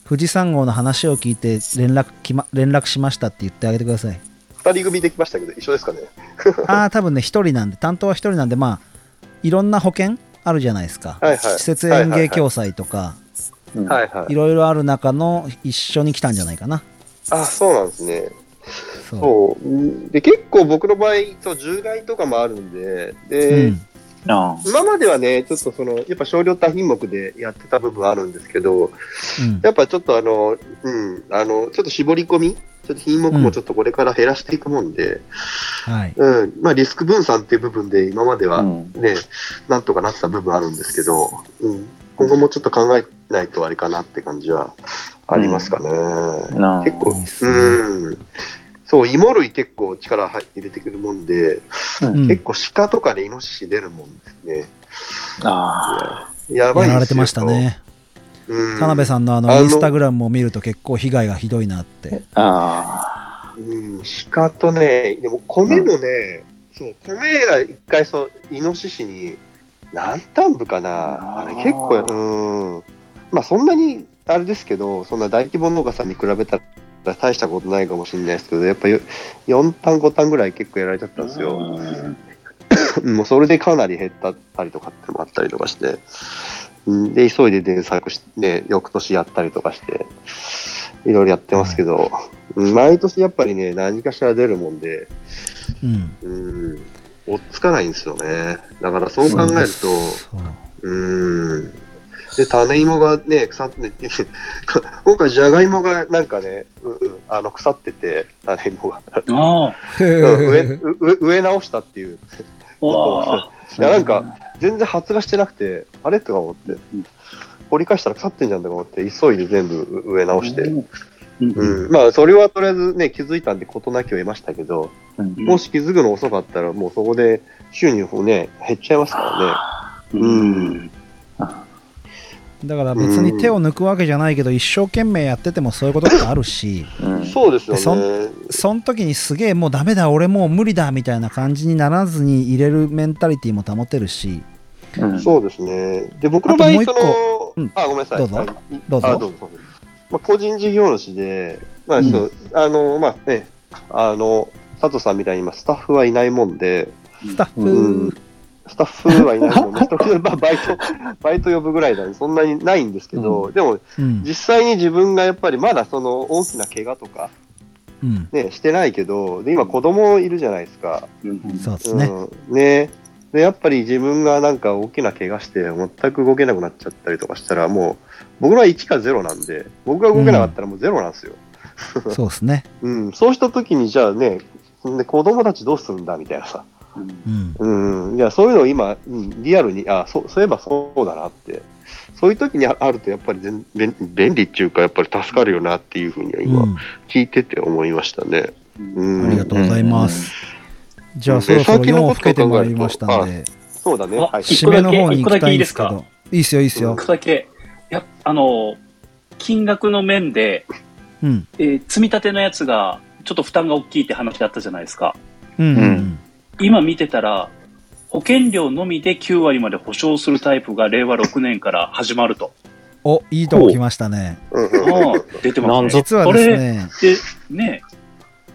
富士山号の話を聞いて連絡き、ま、連絡しましたって言ってあげてくださ い
二人組できましたけど、一緒ですかね。
ああ多分ね1人なんで担当は1人なんでまあいろんな保険あるじゃないですか、
はいはい
施設園芸共済とか、
うん
はいはいい。
ろいろある中の一緒に来たんじゃないかな
あ、そうなんですね。
そう
そう。うんで、結構僕の場合、そう、獣害とかもあるんで、で、
うん
あ
今まではね、ちょっとその、やっぱ少量多品目でやってた部分はあるんですけど、やっぱちょっとあの、うん、あの、ちょっと絞り込み、ちょっと品目もちょっとこれから減らしていくもんで、
はい。
うん、まあリスク分散っていう部分で今まで
あ、う
はね、
ん、
なんとかなってた部分あるんですけど、うん、今後もちょっと考えないとあれかなって感じはありますかね。
なあ
結構、
いいっす
うん。そう、芋類結構力入れてくるもんで、
うん
結構鹿とかでイノシシ出るもんですね。
ああ
やばいですよ
やられてましたね。
うん。
田辺さんのあの
あの
インスタグラムを見ると結構被害がひどいなって。
あ
うん、鹿とね、でも米もね、そう、米が一回そう、イノシシに何単部かな、あ
あー
れ結構、うん、まあそんなにあれですけど、そんな大規模農家さんに比べたら大したことないかもしれないですけど、やっぱよ4単5単ぐらい結構やられちゃったんですよ。もうそれでかなり減ったりとかってのもあったりとかして、うんで、急いで電作して、翌年やったりとかして、いろいろやってますけど、うん毎年やっぱりね、何かしら出るもんで、
うん。
うん、追っつかないんですよね。だからそう考えると、
そう
うん。で、種芋がね、腐って、 今回、じゃがいもがなんかね、うんうんあの腐ってて、種 芋が。
ああ、
うん植え植え植え直したっていう。
わあ。
いや、なんか、全然発芽してなくて、あれとか思って、掘り返したら腐ってんじゃんとか思って、急いで全部植え直して、う
うんうん
んまあ、それはとりあえずね、気づいたんで事なきを得ましたけど、
うん
もし気づくの遅かったら、もうそこで収入もね、減っちゃいますか
うん。
だから別に手を抜くわけじゃないけど、一生懸命やっててもそういうことってあるし、
らね。そうですよね。
その時にすげえもうダメだ、俺もう無理だみたいな感じにならずに入れるメンタリティも保てるし、
うん
そうですね。で、僕の場
あともう
合、
一
そ
個
の、
うん
あ、ごめんなさい。
どうぞ
はい
どうぞ
あどうぞ。まあ、個人事業主で、まあ、ちょっと、あの、まあね、あの、佐藤さんみたいに今、スタッフはいないもんで、
スタッ
うん
フ、
スタッフはいないもん ね、一人まあバイト、バイト呼ぶぐらいなんで、そんなにないんですけど、でも、
うん、
実際に自分がやっぱりまだその大きな怪我とか、
うん、
ね、してないけど、で今、子供いるじゃないですか。
うん
そうです
うん、
ね。
ねで、やっぱり自分がなんか大きな怪我して、全く動けなくなっちゃったりとかしたら、もう、僕のは1か0なんで、僕が動けなかったらもう0なんですよ。
そうですね。
うん、そうした時に、じゃあね、で子供たちどうするんだみたいなさ。
うん。
うん、いやそういうのを今、うんリアルに、あそうそういえばそうだなって、そういう時にああると、やっぱり全便便利っていうか、やっぱり助かるよなっていうふうには
う
今、
ん、
聞いてて思いましたね。うん、
ありがとうございます。じゃあそろそろ4を更けてまいりましたんで、
そうだね、
あ
はい、
し
締めの方に行きたいんですけど、いいですよ、いいですよ
僕。だけ、やっあの、金額の面で、
うん、
えー積み立てのやつが、ちょっと負担が大きいって話だったじゃないですか。
うん、う
うんん。
今見てたら、保険料のみで9割まで保証するタイプが令和6年から始まると。
お、いいとこ来ましたね。
うん
ああ出てます
なん
ね。
ぞ
実はですね、
で、ね、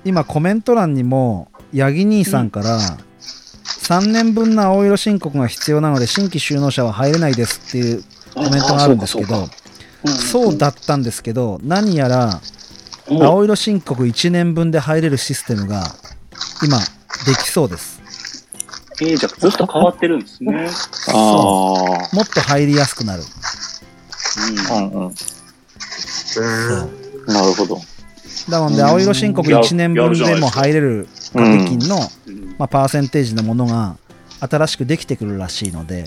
今コメント欄にも八木兄さんから3年分の青色申告が必要なので新規就農者は入れないですっていうコメントがあるんですけどそうだったんですけど何やら
うん
青色申告1年分で入れるシステムが今できそうです
えーじゃあずっと変わってるんですね。
あ
もっと入りやすくなる
あ、うんう
う
ん、
ん
なるほど。
だので青色申告1年分でも入れる
う
掛け金
ん、
の、
うんうん
まあ、パーセンテージのものが新しくできてくるらしいので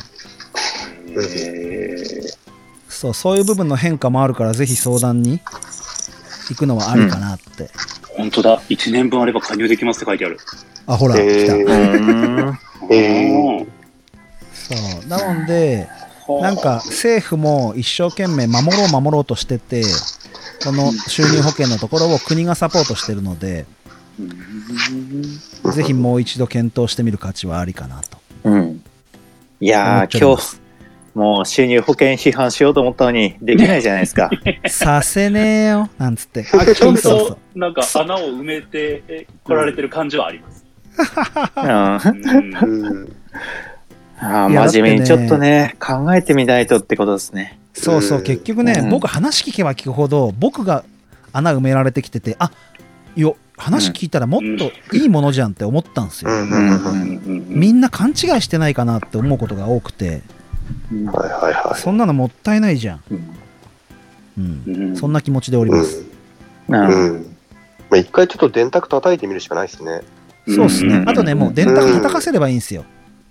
えー
そうそういう部分の変化もあるからぜひ相談に行くのはありかなって、
本当だ。1年分あれば加入できますって書いてある。
あほら、
え
来た
うん、
え
そうなので
うん
なんか政府も一生懸命守ろう守ろうとしててこの収入保険のところを国がサポートしてるのでぜひもう一度検討してみる価値はありかなと
うん。いや
思っ
ー、
ておりま
今日
す、
もう収入保険批判しようと思ったのに、できないじゃないで すか。
させねえよなんつって
あちょ っ
そうそう
となんか穴を埋めて来られてる感じはあります。
うん、あー
うん
うん
いや
真面目に
だ
ち
ってね
ょっとね、考えてみないとってことですね。
そうそううん結局ね、
うん
僕話聞けば聞くほど僕が穴埋められてきててあよ話聞いたらもっといいものじゃんって思ったんですよ。
うん
う
うん
んうん
ううん
んうんうん
みんな勘違いしてないかなって思うことが多くて、
はいはいはい。
そんなのもったいないじゃん。う。
うんん
そんな気持ちでおり
う
ます。
ん。
うん
うん。まあ一回ちょっと電卓叩いてみるしかないですね。
そうっすね
う。ん
あとね、もう電卓叩かせればいいんですよ。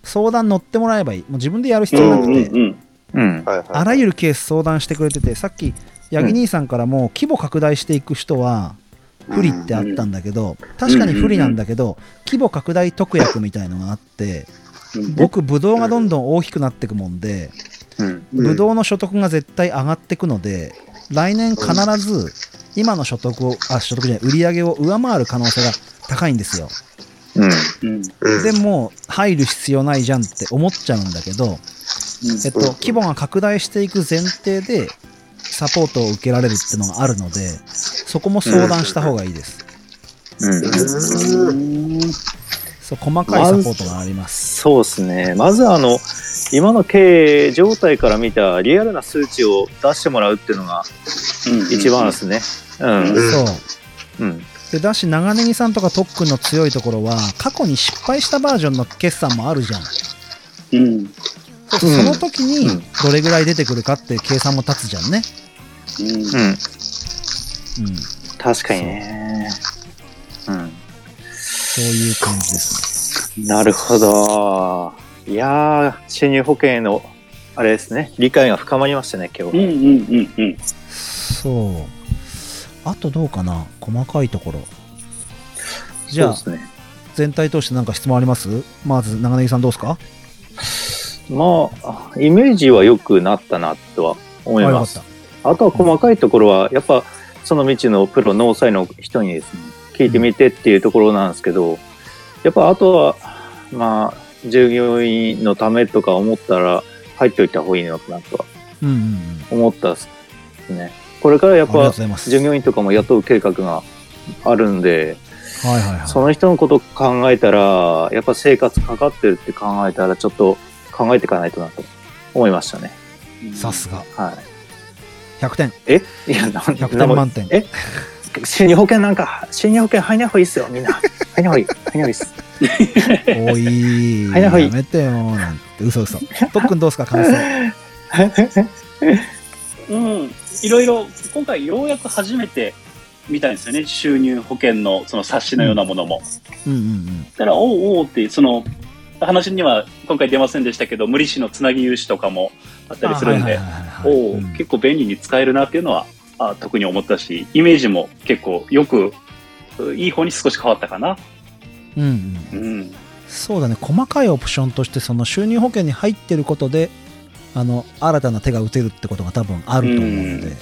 相談乗ってもらえばいい。もう自分でやる必要な
う
く
ん
て
う。ん
うん
はいはい。
あらゆるケース相談してくれてて、さっき、八木兄さんからも規模拡大していく人は不利ってあったんだけど、確かに不利なんだけど、規模拡大特約みたいのがあって、
うん
僕、ブドウがどんどん大きくなっていくもんで、
うん
うん
ブドウの所得が絶対上がっていくので、来年必ず今の所得を、あ、所得じゃない、売り上げを上回る可能性が高いんですよ。
うん
うん
うん
でも、入る必要ないじゃんって思っちゃうんだけど、えっと、規模が拡大していく前提で、サポートを受けられるっていうのがあるので、そこも相談した方がいいです。
うん
そう、細かいサポートがあります。
そうですねまずあの今の経営状態から見たリアルな数値を出してもらうっていうのが一番ですねうん
ず
そう。
うん
で、だし、長ネギさんとか特訓の強いところは、過去に失敗したバージョンの決算もあるじゃん。
うん
そう
うん
その時
う
に
ん
どれぐらい出てくるかっていう計算も立つじゃんね。
うん
うん
うん。
確かにねうん
そういう感じです
なるほど。いやー、収入保険への、あれですね、理解が深まりましたね、
う
今
ん
日。
うんうんうん
ね。そう。あとどうかな細かいところ。じゃあ、
そうですね。
全体通して何か質問ありますまず、長ネギさんどうですか
まあ、イメージは良くなったなとは思い
あ
ます。あとは細かいところは、やっぱ、その道のプロ、農災の人にですね、聞いてみてっていうところなんですけど、やっぱあとは、まあ、従業員のためとか思ったら、入っておいた方がいいのかなとは
うんうんうん。
思ったですね。これからやっ
ありがとうご
ぱ、
ざいます。
従業員とかも雇う計画があるんで、
はいはいはい。
その人のこと考えたら、やっぱ生活かかってるって考えたら、ちょっと考えていかないとなと思いましたね。
さすが。
は
100点。
い。えいや、な
100
な
点
んも
満点。
え収入保険なんか、収入保険入んない方がいいっすよ、みんな。入んない方がいい。入んない方がいいっす。
おい
はいはい
やめてよ。なんて、嘘嘘。特訓どうですか感想。
うん、いろいろ今回ようやく初めて見たんですよね収入保険のその冊子のようなものも。
うんう ん
だからおうおうってその話には今回出ませんでしたけど無利子のつなぎ融資とかもあっ
う
た
ん。
りするん
あはい
で
はいはいはい
おう
うん
結構便利に使えるなっていうのはあ特に思ったしイメージも結構よくいい方に少し変わったかな。
うんうん。
うん
そうだね細かいオプションとしてその収入保険に入ってることであの新たな手が打てるってことが多分あると思うので、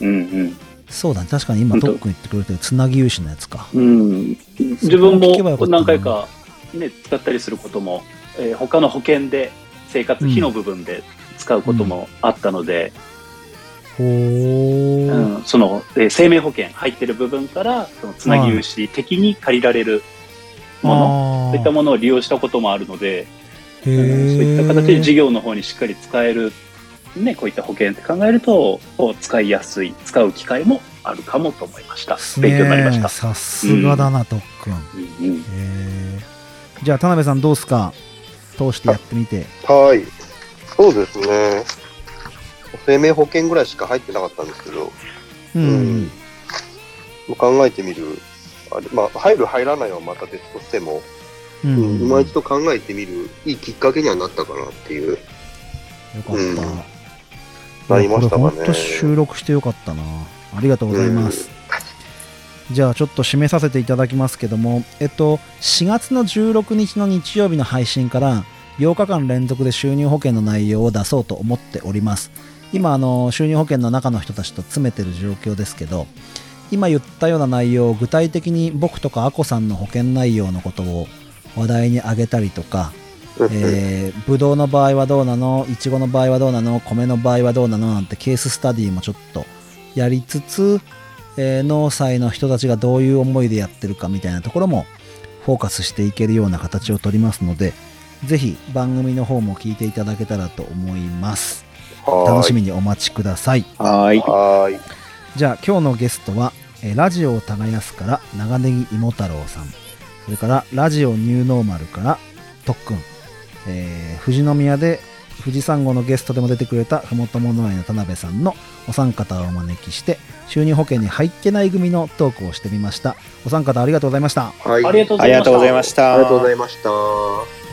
うんうん
そうだね確かに今
本当
ドックに言ってくれてるつなぎ融資のやつか
うん、自分
そこ聞けばよか
も
ったな
何回か、ね、使ったりすることも、えー他の保険で生活費の部分で使うこともあったので、
ほ
う
ー
んその、えー生命保険入ってる部分からそのつなぎ融資的に借りられるもの、
あ
そういったものを利用したこともあるので、
ー
うんそういった形
へ
で
ー
事業の方にしっかり使える、ね、こういった保険って考えるとこう使いやすい使う機会もあるかもと思いました
すげー
勉強になりました。
さすがだな特訓、
うんうん
へーじゃあ田辺さんどうすか通してやってみて
はい。そうですね。生命保険ぐらいしか入ってなかったんですけど、
うんうん
考えてみる。あれまあ、入る入らないはまた別としても、
う
うんん、
うん
今
よ
一度考えてみるいいきっかけにはなったかなっていう。
かった、
うん
いや
なりましたか
こ
ね
れ本当収録してよかったなありがとうございます、じゃあちょっと締めさせていただきますけども、えっと、4月の16日の日曜日の配信から8日間連続で収入保険の内容を出そうと思っております。今、あの、収入保険の中の人たちと詰めてる状況ですけど、今言ったような内容を具体的に僕とかアコさんの保険内容のことを話題に挙げたりとか、
うん
えー、ブドウの場合はどうなのいちごの場合はどうなの米の場合はどうなのなんてケーススタディもちょっとやりつつ、えー農祭の人たちがどういう思いでやってるかみたいなところもフォーカスしていけるような形をとりますのでぜひ番組の方も聞いていただけたらと思います
はーい
楽しみにお待ちください
はーい。
はーい。
じゃあ今日のゲストは、えーラジオを耕すから長ネギ芋太郎さんそれからラジオニューノーマルから特訓、えー富士宮で富士山号のゲストでも出てくれたふもとものえの田辺さんのお三方をお招きして収入保険に入ってない組のトークをしてみましたお三方ありがとうございました
はい。
ありがとうご
あ
ざいました
りがとうございました。
ありがとうございました。